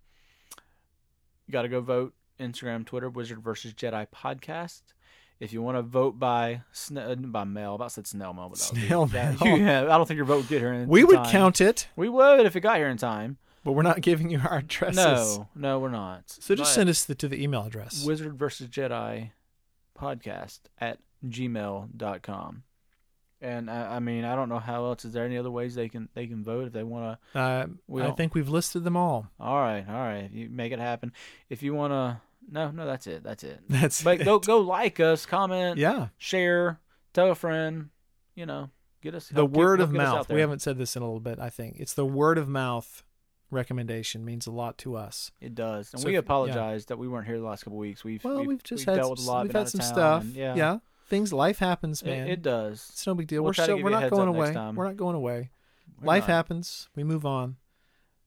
S2: you got to go vote. Instagram, Twitter, Wizard versus Jedi podcast. If you want to vote by sn- uh, by mail, I about said snail mail, but that would be-
S1: Snail
S2: that-
S1: mail.
S2: yeah, I don't think your vote would get here. In
S1: We would
S2: time.
S1: count it,
S2: We would if it got here in time.
S1: but we're not giving you our addresses.
S2: No, no, we're not.
S1: So just
S2: But-
S1: send us the, to the email address.
S2: wizard versus jedi podcast at gmail.com and I, I mean i don't know how else is there any other ways they can they can vote if they want to
S1: Uh,
S2: we
S1: I
S2: don't-
S1: think we've listed them all.
S2: all right all right you make it happen if you want to no no that's it that's it
S1: That's
S2: but go
S1: it.
S2: go like us comment
S1: Yeah.
S2: share tell a friend you know get us
S1: The
S2: help get-
S1: word
S2: help
S1: of
S2: get us out
S1: mouth. We
S2: there.
S1: haven't said this in a little bit, I think. It's the word of mouth recommendation means a lot to us.
S2: it does and
S1: So
S2: we
S1: if- yeah.
S2: apologize that we weren't here the last couple weeks we've
S1: Well, we've,
S2: we've,
S1: just
S2: we've
S1: had
S2: dealt with a
S1: s-
S2: lot
S1: we've
S2: been
S1: had
S2: out
S1: some
S2: of
S1: stuff.
S2: town, and yeah,
S1: Things life happens,
S2: It,
S1: man.
S2: it does
S1: it's no big deal.
S2: We'll
S1: we're
S2: try to
S1: still
S2: give
S1: we're
S2: you a
S1: not
S2: heads
S1: going
S2: up next
S1: away.
S2: time.
S1: We're not going away.
S2: We're
S1: life
S2: not.
S1: happens we move on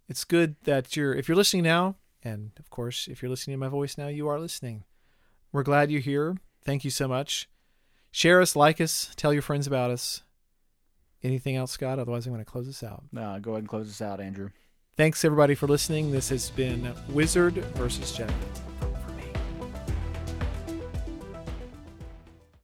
S1: it's good that you're if you're listening now and of course if you're listening to my voice now you are listening we're glad you're here thank you so much share us like us tell your friends about us anything else scott otherwise i'm going to close this out
S2: No, go ahead and close this out, Andrew.
S1: thanks everybody for listening this has been wizard versus jedi